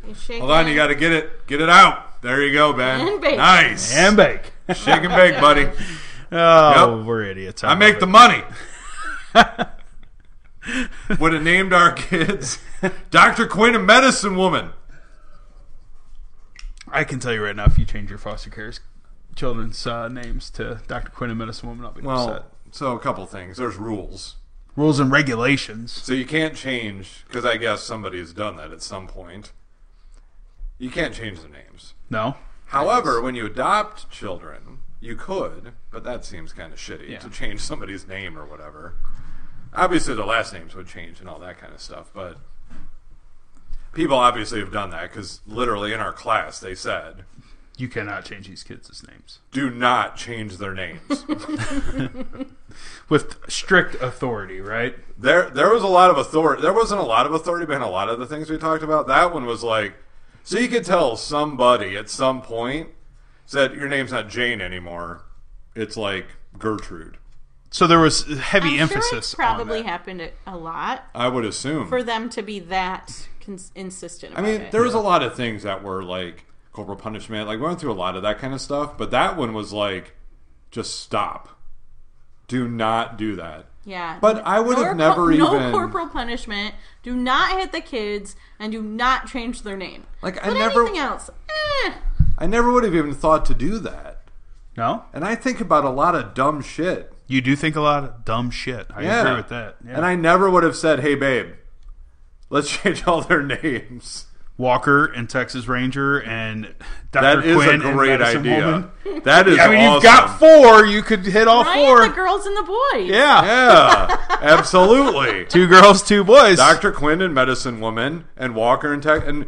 Speaker 3: You shake
Speaker 2: Hold on,
Speaker 3: it.
Speaker 2: you got to get it, get it out. There you go, Ben.
Speaker 3: And bake.
Speaker 2: Nice.
Speaker 1: And <laughs> bake.
Speaker 2: Shake and bake, buddy.
Speaker 1: oh,
Speaker 2: Yep.
Speaker 1: we're idiots.
Speaker 2: I make the money. Would have named our kids Dr. Quinn and Medicine Woman.
Speaker 1: I can tell you right now if you change your foster care's children's uh, names to Dr. Quinn and Medicine Woman, I'll be upset.
Speaker 2: Well, so a couple things. There's rules.
Speaker 1: Rules and regulations.
Speaker 2: So you can't change, because I guess somebody's done that at some point. You can't change the names.
Speaker 1: No.
Speaker 2: However, when you adopt children, you could, but that seems kind of shitty to change <laughs> somebody's name or whatever. Obviously, the last names would change and all that kind of stuff, but people obviously have done that because literally in our class they said,
Speaker 1: You cannot change these kids' names.
Speaker 2: do not change their names.
Speaker 1: With strict authority, right?
Speaker 2: there, there was a lot of authority. There wasn't a lot of authority behind a lot of the things we talked about. That one was like, so you could tell somebody at some point said, your name's not Jane anymore. It's like Gertrude.
Speaker 1: So there was heavy
Speaker 3: I'm
Speaker 1: emphasis
Speaker 3: sure it's probably
Speaker 1: on that.
Speaker 3: happened it a lot
Speaker 2: I would assume.
Speaker 3: for them to be that cons- insistent.
Speaker 2: I
Speaker 3: About
Speaker 2: mean,
Speaker 3: it.
Speaker 2: there was a lot of things that were like corporal punishment. Like we went through a lot of that kind of stuff, but that one was like, just stop. Do not do that.
Speaker 3: yeah.
Speaker 2: But I would have never
Speaker 3: no
Speaker 2: even-
Speaker 3: corporal punishment. Do not hit the kids and do not change their name.
Speaker 2: Like I
Speaker 3: but
Speaker 2: never,
Speaker 3: anything else, eh.
Speaker 2: I never would have even thought to do that.
Speaker 1: No?
Speaker 2: And I think about a lot of dumb shit.
Speaker 1: You do think a lot of dumb shit. I
Speaker 2: Yeah.
Speaker 1: agree with that. Yeah.
Speaker 2: And I never would have said, "Hey, babe, let's <laughs> change all their names."
Speaker 1: Walker and Texas Ranger and Dr.
Speaker 2: That is
Speaker 1: Quinn
Speaker 2: a
Speaker 1: and
Speaker 2: great
Speaker 1: Medicine
Speaker 2: idea.
Speaker 1: Woman.
Speaker 2: That is.
Speaker 1: I mean,
Speaker 2: awesome.
Speaker 1: you've got four. You could hit all
Speaker 3: Right?
Speaker 1: four.
Speaker 3: The girls and the
Speaker 1: <laughs>
Speaker 3: boys.
Speaker 1: yeah.
Speaker 2: Yeah, absolutely.
Speaker 1: Two girls, two boys.
Speaker 2: Doctor Quinn and Medicine Woman and Walker and Tech and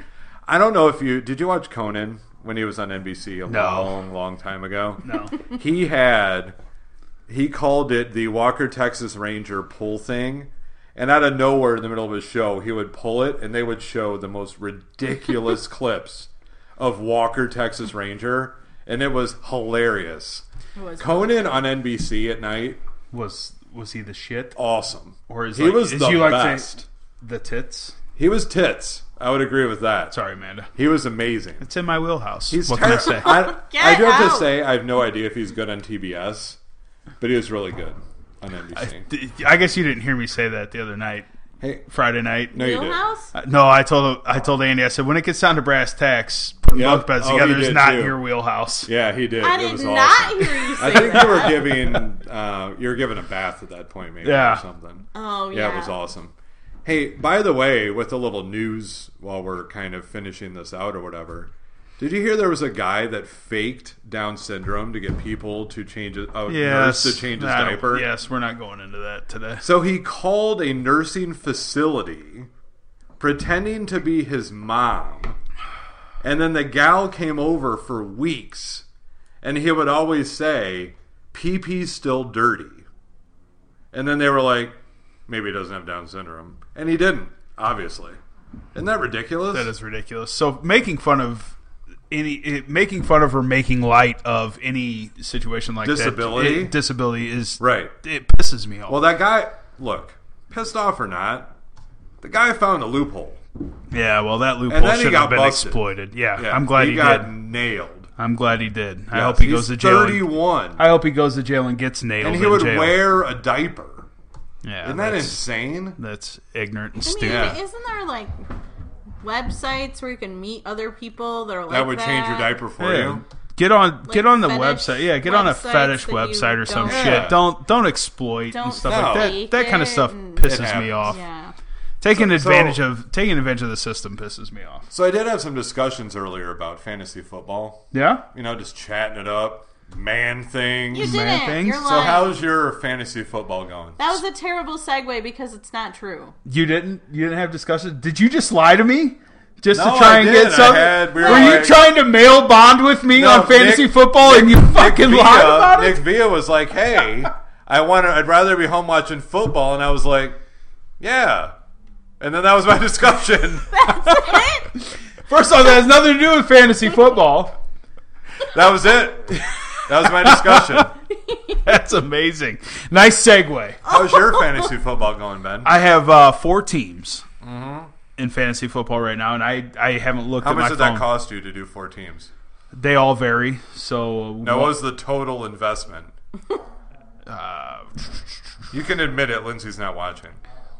Speaker 2: I don't know if you did you watch Conan when he was on NBC a
Speaker 1: No.
Speaker 2: long, long time ago.
Speaker 1: No.
Speaker 2: He had he called it the Walker Texas Ranger pull thing. And out of nowhere in the middle of his show, he would pull it and they would show the most
Speaker 1: <laughs>
Speaker 2: ridiculous clips of Walker Texas Ranger. And it was hilarious.
Speaker 3: It was-
Speaker 2: Conan on NBC at night,
Speaker 1: Was was he the shit?
Speaker 2: awesome.
Speaker 1: Or is
Speaker 2: He
Speaker 1: like,
Speaker 2: was
Speaker 1: is
Speaker 2: the
Speaker 1: you like to-
Speaker 2: best.
Speaker 1: the tits?
Speaker 2: He was tits. I would agree with that.
Speaker 1: Sorry, Amanda.
Speaker 2: He was amazing.
Speaker 1: It's in my wheelhouse.
Speaker 2: He's
Speaker 1: what
Speaker 2: ter-
Speaker 1: can I say?
Speaker 2: <laughs> I,
Speaker 3: Get
Speaker 2: I do have to
Speaker 3: out.
Speaker 2: say, I have no idea if he's good on TBS, but he was really good on NBC.
Speaker 1: I, I guess you didn't hear me say that the other night,
Speaker 2: hey,
Speaker 1: Friday night.
Speaker 2: no, you did.
Speaker 3: Wheelhouse?
Speaker 1: Uh, No, I told I told Andy. I said when it gets down to brass tacks, putting
Speaker 2: Yep.
Speaker 1: bunk beds
Speaker 2: Oh,
Speaker 1: together
Speaker 2: he
Speaker 1: is
Speaker 2: did,
Speaker 1: not
Speaker 2: too.
Speaker 1: in your wheelhouse.
Speaker 2: Yeah, he did.
Speaker 3: I
Speaker 2: it
Speaker 3: did
Speaker 2: was
Speaker 3: not
Speaker 2: awesome.
Speaker 3: hear you say
Speaker 2: I think
Speaker 3: that.
Speaker 2: you were giving uh, you were giving a bath at that point, maybe
Speaker 1: Yeah.
Speaker 2: or something.
Speaker 3: Oh yeah.
Speaker 2: yeah, it was awesome. Hey, by the way, with a little news while we're kind of finishing this out or whatever, did you hear there was a guy that faked Down syndrome to get people to change it? Oh, nurse to change his
Speaker 1: I don't-
Speaker 2: diaper.
Speaker 1: Yes, we're not going into that today.
Speaker 2: So he called a nursing facility pretending to be his mom. And then the gal came over for weeks. And he would always say, "Pee pee's still dirty. And then they were like, maybe he doesn't have Down syndrome. And he didn't, obviously. Isn't that ridiculous?
Speaker 1: That is ridiculous. So making fun of any it, making fun of or making light of any situation like
Speaker 2: Disability?
Speaker 1: that, it- disability is
Speaker 2: right.
Speaker 1: It pisses me off.
Speaker 2: Well, that guy, look, pissed off or not, the guy found a loophole.
Speaker 1: yeah, well that
Speaker 2: And
Speaker 1: loophole
Speaker 2: then he
Speaker 1: should
Speaker 2: got
Speaker 1: have been
Speaker 2: busted.
Speaker 1: exploited. Yeah,
Speaker 2: Yeah,
Speaker 1: I'm glad he,
Speaker 2: got
Speaker 1: did.
Speaker 2: nailed.
Speaker 1: I'm glad he did. I
Speaker 2: Yes,
Speaker 1: hope he
Speaker 2: he's
Speaker 1: goes to jail. and-
Speaker 2: 31.
Speaker 1: I hope he goes to jail and gets nailed.
Speaker 2: and he
Speaker 1: in
Speaker 2: would
Speaker 1: jail.
Speaker 2: wear a diaper.
Speaker 1: Yeah,
Speaker 2: Isn't that
Speaker 1: that's,
Speaker 2: insane?
Speaker 1: that's ignorant and
Speaker 3: I mean,
Speaker 1: stupid.
Speaker 2: Yeah.
Speaker 3: isn't there like websites where you can meet other people that are like
Speaker 2: That would change your diaper for
Speaker 1: Yeah.
Speaker 2: you.
Speaker 1: Get on, get on the
Speaker 3: fetish
Speaker 1: website. Yeah, get on a
Speaker 3: websites
Speaker 1: fetish
Speaker 3: that you
Speaker 1: website or some
Speaker 3: don't-
Speaker 2: Yeah.
Speaker 1: shit. Don't, don't exploit
Speaker 3: Don't
Speaker 1: and stuff
Speaker 2: No.
Speaker 1: like that.
Speaker 3: fake
Speaker 1: That kind of
Speaker 3: it
Speaker 1: stuff
Speaker 3: and-
Speaker 2: It
Speaker 1: pisses
Speaker 2: happens.
Speaker 1: me off.
Speaker 3: Yeah.
Speaker 1: Taking
Speaker 2: So-
Speaker 1: advantage of taking advantage of the system pisses me off.
Speaker 2: So I did have some discussions earlier about fantasy football.
Speaker 1: Yeah,
Speaker 2: You know, just chatting it up, man
Speaker 3: You
Speaker 2: things.
Speaker 3: didn't.
Speaker 1: Man things.
Speaker 3: You're
Speaker 1: So
Speaker 3: lying.
Speaker 2: so how's your fantasy football going?
Speaker 3: that was a terrible segue because it's
Speaker 2: <laughs>
Speaker 3: not true.
Speaker 1: you didn't. You didn't have discussions. Did you just lie to me? Just
Speaker 2: No,
Speaker 1: to try
Speaker 2: I
Speaker 1: and
Speaker 2: did.
Speaker 1: get
Speaker 2: I
Speaker 1: something?
Speaker 2: had- we were
Speaker 1: were you
Speaker 2: like-
Speaker 1: trying to male bond with me
Speaker 2: No,
Speaker 1: on fantasy
Speaker 2: Nick-
Speaker 1: football, and you fucking
Speaker 3: <laughs>
Speaker 2: Villa-
Speaker 1: lied about it?
Speaker 2: Nick Villa was like, "Hey, I want to. I'd rather be home watching football," and I was like, "Yeah." And then that was my <laughs> discussion.
Speaker 1: First off, that has nothing to do with
Speaker 2: <laughs>
Speaker 1: fantasy football.
Speaker 2: that was it. That was my discussion.
Speaker 3: <laughs>
Speaker 1: That's amazing. Nice segue.
Speaker 2: How's your fantasy football going, Ben?
Speaker 1: I have uh, four teams in fantasy football right now, and I, I haven't looked
Speaker 2: Mm-hmm. How
Speaker 1: at
Speaker 2: much
Speaker 1: my
Speaker 2: did
Speaker 1: phone.
Speaker 2: that cost you to do four teams?
Speaker 1: They all vary. So
Speaker 2: Now, what was the total investment?
Speaker 1: uh,
Speaker 2: you can admit it. Lindsay's not watching.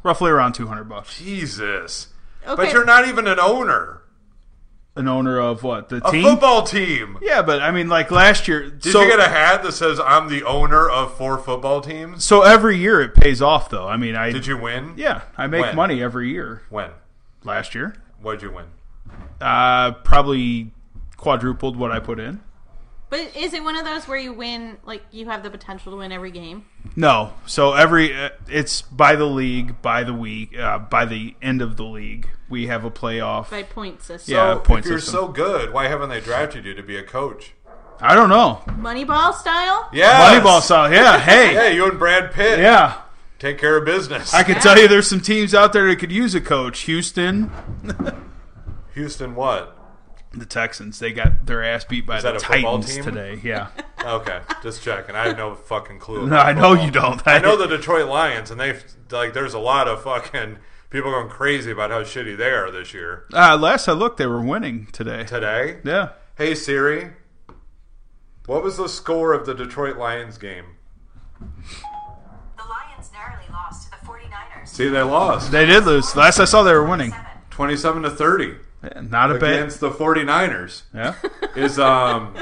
Speaker 1: roughly around two hundred bucks.
Speaker 2: Jesus.
Speaker 3: Okay.
Speaker 2: But you're not even an owner.
Speaker 1: An owner of what the
Speaker 2: A
Speaker 1: team?
Speaker 2: football team.
Speaker 1: Yeah, but I mean, like last year.
Speaker 2: Did
Speaker 1: so
Speaker 2: you get a hat that says, I'm the owner of four football teams?
Speaker 1: so every year it pays off, though. I mean, I
Speaker 2: Did you win?
Speaker 1: yeah, I make
Speaker 2: When?
Speaker 1: money every year.
Speaker 2: When?
Speaker 1: Last year,
Speaker 2: What'd you win?
Speaker 1: uh, probably quadrupled what I put in.
Speaker 3: But is it one of those where you win, like you have the potential to win every game?
Speaker 1: No, so every uh, it's by the league, by the week, uh, by the end of the league, we have a playoff.
Speaker 3: By point system.
Speaker 1: Yeah,
Speaker 2: So,
Speaker 1: point
Speaker 2: if you're
Speaker 1: system.
Speaker 2: so good, why haven't they drafted you to be a coach?
Speaker 1: I don't know.
Speaker 3: Moneyball style?
Speaker 2: Yeah.
Speaker 1: Moneyball
Speaker 2: <laughs>
Speaker 1: style. Yeah. Hey.
Speaker 2: Yeah, you and Brad Pitt.
Speaker 1: yeah.
Speaker 2: Take care of business.
Speaker 1: I can tell you there's some teams out there that could use a coach. Houston,
Speaker 2: Houston, what?
Speaker 1: the Texans, they got their ass beat by
Speaker 2: Is
Speaker 1: the
Speaker 2: that a football
Speaker 1: Titans
Speaker 2: team?
Speaker 1: today. Yeah.
Speaker 2: Okay, just checking. I have no fucking clue.
Speaker 1: No, I know you don't.
Speaker 2: I know the Detroit Lions, and they like. There's a lot of fucking people going crazy about how shitty they are this year.
Speaker 1: Uh, last I looked, they were winning today.
Speaker 2: Today,
Speaker 1: Yeah.
Speaker 2: hey Siri, what was the score of the Detroit Lions game?
Speaker 4: The Lions narrowly lost to the 49ers.
Speaker 2: See, they lost
Speaker 1: They did lose. Last I saw, they were winning.
Speaker 4: Seven.
Speaker 2: 27 to 30
Speaker 1: Yeah, Not a bad.
Speaker 2: against the 49ers.
Speaker 1: Yeah. <laughs>
Speaker 2: Is um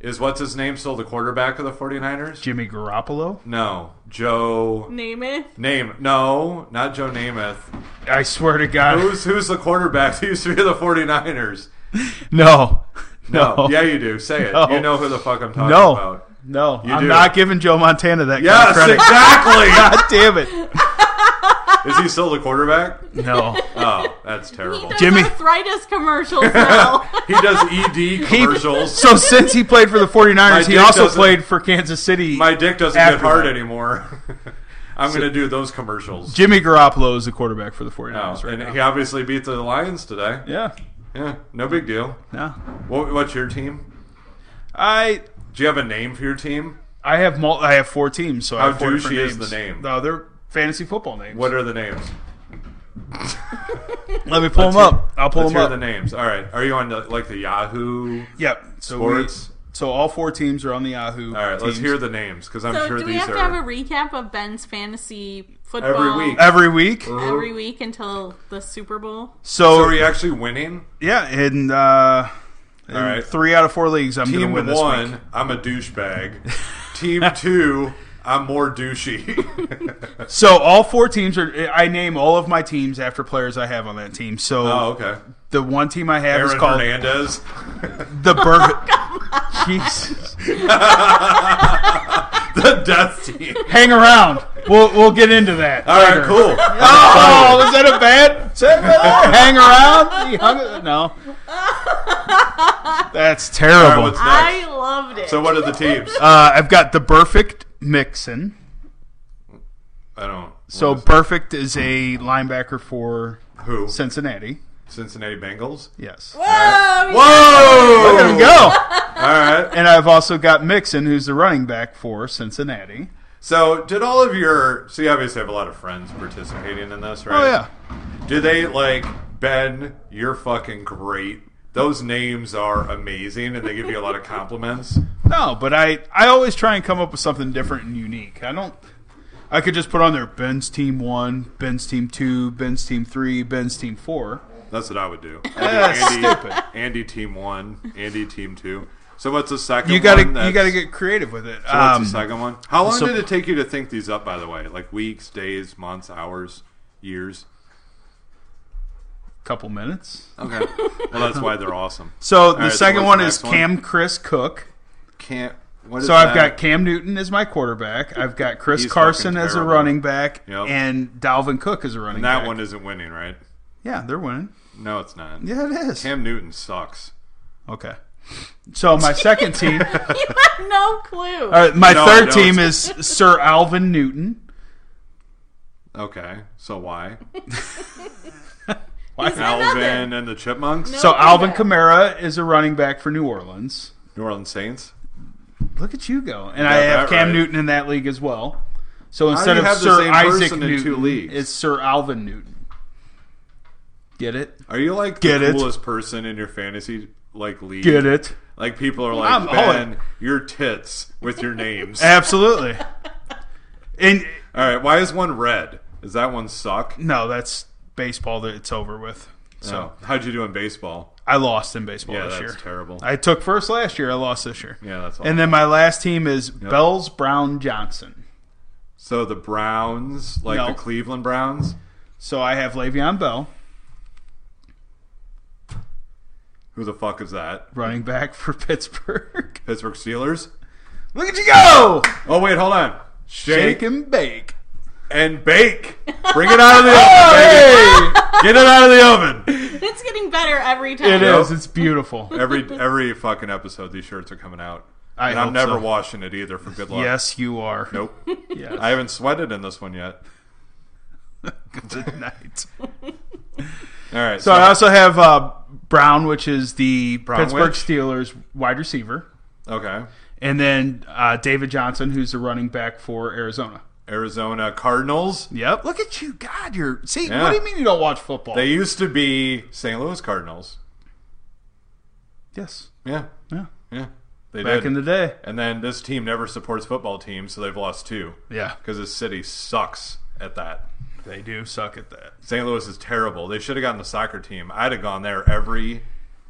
Speaker 2: is what's his name still the quarterback of the 49ers?
Speaker 1: Jimmy Garoppolo.
Speaker 2: No, Joe
Speaker 3: Name it.
Speaker 2: Name. No, not Joe Namath.
Speaker 1: I swear to God.
Speaker 2: Who's who's the quarterback <laughs> that used to be the 49ers?
Speaker 1: <laughs> No.
Speaker 2: No.
Speaker 1: No.
Speaker 2: Yeah, you do. Say it.
Speaker 1: No.
Speaker 2: You know who the fuck I'm talking
Speaker 1: No.
Speaker 2: about.
Speaker 1: No.
Speaker 2: You
Speaker 1: I'm
Speaker 2: do.
Speaker 1: not giving Joe Montana that kind of
Speaker 2: Yes,
Speaker 1: credit.
Speaker 2: exactly.
Speaker 1: <laughs> God damn it.
Speaker 2: Is he still the quarterback?
Speaker 1: No.
Speaker 2: Oh, that's
Speaker 3: He
Speaker 2: terrible.
Speaker 3: does
Speaker 1: Jimmy-
Speaker 3: arthritis commercials now.
Speaker 2: <laughs> He does ED commercials.
Speaker 1: So since he played for the 49ers, he
Speaker 2: dick
Speaker 1: also
Speaker 2: doesn't-
Speaker 1: played for Kansas City.
Speaker 2: My dick doesn't get
Speaker 1: After
Speaker 2: hard
Speaker 1: that.
Speaker 2: anymore. <laughs> I'm gonna do those commercials.
Speaker 1: Jimmy Garoppolo is the quarterback for the 49ers
Speaker 2: No,
Speaker 1: right
Speaker 2: Oh, and
Speaker 1: now.
Speaker 2: he obviously beat the Lions today.
Speaker 1: Yeah.
Speaker 2: Yeah, no big deal.
Speaker 1: No.
Speaker 2: What, what's your team?
Speaker 1: I
Speaker 2: Do you have a name for your team?
Speaker 1: I have mul- I have four teams, so I
Speaker 2: How
Speaker 1: have four
Speaker 2: douchey
Speaker 1: different
Speaker 2: is
Speaker 1: names.
Speaker 2: the name?
Speaker 1: No, they're fantasy football names.
Speaker 2: What are the names?
Speaker 1: Let me pull
Speaker 2: Let's
Speaker 1: them
Speaker 2: hear-
Speaker 1: up. I'll pull
Speaker 2: let's
Speaker 1: them
Speaker 2: hear
Speaker 1: up.
Speaker 2: the names. All right. Are you on the, like the Yahoo?
Speaker 1: Yep. So
Speaker 2: Sports.
Speaker 1: We, so all four teams are on the Yahoo.
Speaker 2: All right. Let's
Speaker 1: teams.
Speaker 2: hear the names because I'm
Speaker 3: <laughs> So
Speaker 2: sure
Speaker 3: do we
Speaker 2: these
Speaker 3: have
Speaker 2: are.
Speaker 3: to have a recap of Ben's fantasy football
Speaker 2: week.
Speaker 1: every week.
Speaker 3: every week until the Super Bowl?
Speaker 2: so
Speaker 1: So,
Speaker 2: Oh, are you actually winning?
Speaker 1: yeah, and uh, in
Speaker 2: right.
Speaker 1: three out of four leagues, I'm going
Speaker 2: Team
Speaker 1: to win this
Speaker 2: one,
Speaker 1: week.
Speaker 2: I'm a douchebag.
Speaker 1: <laughs>
Speaker 2: Team two, I'm more
Speaker 1: <laughs>
Speaker 2: douchey.
Speaker 1: So all four teams are. I name all of my teams after players I have on that team. So
Speaker 2: oh, okay.
Speaker 1: the one team I have
Speaker 2: Aaron
Speaker 1: is called <laughs>
Speaker 2: Hernandez.
Speaker 1: the Bur- Jesus.
Speaker 2: the death team.
Speaker 1: Hang around. We'll we'll get into that.
Speaker 2: All right,
Speaker 1: later.
Speaker 2: cool.
Speaker 1: Oh, was that a bad segment? <laughs> Hang around. He hung- no. That's
Speaker 2: All right,
Speaker 1: terrible.
Speaker 2: what's next?
Speaker 3: I loved it.
Speaker 2: so what are the
Speaker 1: <laughs>
Speaker 2: teams?
Speaker 1: Uh, I've got the perfect Mixon.
Speaker 2: I don't.
Speaker 1: So
Speaker 2: what is it?
Speaker 1: perfect is a linebacker for
Speaker 2: who?
Speaker 1: Cincinnati.
Speaker 2: Cincinnati Bengals.
Speaker 1: Yes.
Speaker 3: Whoa! we-
Speaker 2: Whoa!
Speaker 1: Look at him go.
Speaker 2: All right.
Speaker 1: And I've also got Mixon, who's the running back for Cincinnati.
Speaker 2: So, did all of your? So you obviously have a lot of friends participating in this, right?
Speaker 1: Oh yeah.
Speaker 2: Do they like Ben? You're fucking great. Those names are amazing, and they give you a lot of compliments.
Speaker 1: No, but I I always try and come up with something different and unique. I don't. I could just put on there Ben's team one, Ben's team two, Ben's team three, Ben's team four.
Speaker 2: That's what I would do.
Speaker 1: That's
Speaker 2: I'd do Andy,
Speaker 1: stupid.
Speaker 2: Andy team one, Andy team two. So what's the second?
Speaker 1: You gotta
Speaker 2: one
Speaker 1: you
Speaker 2: that's-
Speaker 1: gotta get creative with it.
Speaker 2: So what's
Speaker 1: Um,
Speaker 2: the second one? How long
Speaker 1: so-
Speaker 2: did it take you to think these up? By the way, like weeks, days, months, hours, years.
Speaker 1: couple minutes.
Speaker 2: Okay. well, that's why they're awesome.
Speaker 1: So the
Speaker 2: right, so
Speaker 1: second
Speaker 2: what's
Speaker 1: one
Speaker 2: the
Speaker 1: is
Speaker 2: next one?
Speaker 1: Cam Chris Cook.
Speaker 2: Can't. What is
Speaker 1: So I've
Speaker 2: that?
Speaker 1: got Cam Newton as my quarterback. I've got Chris
Speaker 2: He's
Speaker 1: Carson
Speaker 2: fucking
Speaker 1: as a
Speaker 2: terrible.
Speaker 1: running back,
Speaker 2: Yep.
Speaker 1: and Dalvin Cook as a running.
Speaker 2: And that
Speaker 1: back.
Speaker 2: one isn't winning, right?
Speaker 1: Yeah, they're winning.
Speaker 2: No, it's not.
Speaker 1: Yeah, it is.
Speaker 2: Cam Newton sucks.
Speaker 1: Okay. So
Speaker 2: <laughs>
Speaker 1: my second team, all
Speaker 3: you have no clue.
Speaker 1: right, my
Speaker 2: No,
Speaker 1: third
Speaker 2: no,
Speaker 1: team is Sir Alvin Newton.
Speaker 2: Okay, so
Speaker 1: <laughs>
Speaker 2: why?
Speaker 3: He's
Speaker 2: Alvin
Speaker 3: another.
Speaker 2: and the Chipmunks?
Speaker 3: No.
Speaker 1: So
Speaker 3: do
Speaker 1: Alvin
Speaker 3: that.
Speaker 1: Kamara is a running back for New Orleans.
Speaker 2: New Orleans Saints?
Speaker 1: Look at you go! And I
Speaker 2: Got
Speaker 1: have
Speaker 2: that
Speaker 1: Cam
Speaker 2: right.
Speaker 1: Newton in that league as well. So instead
Speaker 2: you
Speaker 1: of
Speaker 2: have the
Speaker 1: Sir
Speaker 2: same
Speaker 1: Isaac
Speaker 2: person in two
Speaker 1: Newton,
Speaker 2: leagues?
Speaker 1: it's Sir Alvin Newton. Get it?
Speaker 2: Are you like
Speaker 1: Get
Speaker 2: the
Speaker 1: it.
Speaker 2: coolest person in your fantasy like league?
Speaker 1: Get it?
Speaker 2: Like people are like,
Speaker 1: I'm
Speaker 2: Ben, your tits with your names.
Speaker 1: <laughs>
Speaker 2: All
Speaker 1: Absolutely. and
Speaker 2: right, why is one red? Does that one suck?
Speaker 1: no, that's baseball. That it's over with. So
Speaker 2: So, how'd you do in baseball?
Speaker 1: I lost in baseball
Speaker 2: Yeah,
Speaker 1: this
Speaker 2: that's
Speaker 1: year.
Speaker 2: terrible.
Speaker 1: Oh, I took first last year. I lost this year.
Speaker 2: yeah, that's all.
Speaker 1: And then my last team is Bells Brown Johnson.
Speaker 2: so the Browns, like
Speaker 1: No.
Speaker 2: the Cleveland Browns?
Speaker 1: So I have Le'Veon Bell,
Speaker 2: Who the fuck is that?
Speaker 1: running back for <laughs> Pittsburgh.
Speaker 2: Pittsburgh Steelers?
Speaker 1: Look at you go!
Speaker 2: Oh, wait, hold on. Shake,
Speaker 1: Shake and bake.
Speaker 2: and bake. Bring it out of the oven. baby.
Speaker 1: <laughs> Hey!
Speaker 2: Get it out of the oven.
Speaker 3: It's getting better every time.
Speaker 1: it
Speaker 2: Yep.
Speaker 1: is. It's beautiful.
Speaker 2: Every every fucking episode, these shirts are coming out,
Speaker 1: I
Speaker 2: and I'm
Speaker 1: hope
Speaker 2: never
Speaker 1: so.
Speaker 2: washing it either. For good luck.
Speaker 1: Yes, you are.
Speaker 2: Nope.
Speaker 1: Yes.
Speaker 2: I haven't sweated in this one yet.
Speaker 1: <laughs> Good night.
Speaker 2: All right.
Speaker 1: So I also have uh, Brown, which is the Pittsburgh
Speaker 2: which?
Speaker 1: Steelers wide receiver,
Speaker 2: okay.
Speaker 1: and then uh, David Johnson, who's the running back for Arizona.
Speaker 2: Arizona Cardinals.
Speaker 1: Yep. Look at you, God! You're see.
Speaker 2: Yeah.
Speaker 1: What do you mean you don't watch football?
Speaker 2: They used to be St. Louis Cardinals.
Speaker 1: yes.
Speaker 2: Yeah.
Speaker 1: Yeah.
Speaker 2: Yeah. They
Speaker 1: Back
Speaker 2: did.
Speaker 1: in the day.
Speaker 2: and then this team never supports football teams, so they've lost two
Speaker 1: Yeah.
Speaker 2: because this city sucks at that.
Speaker 1: They do suck at that.
Speaker 2: St. Louis is terrible. They should have gotten the soccer team. I'd have gone there every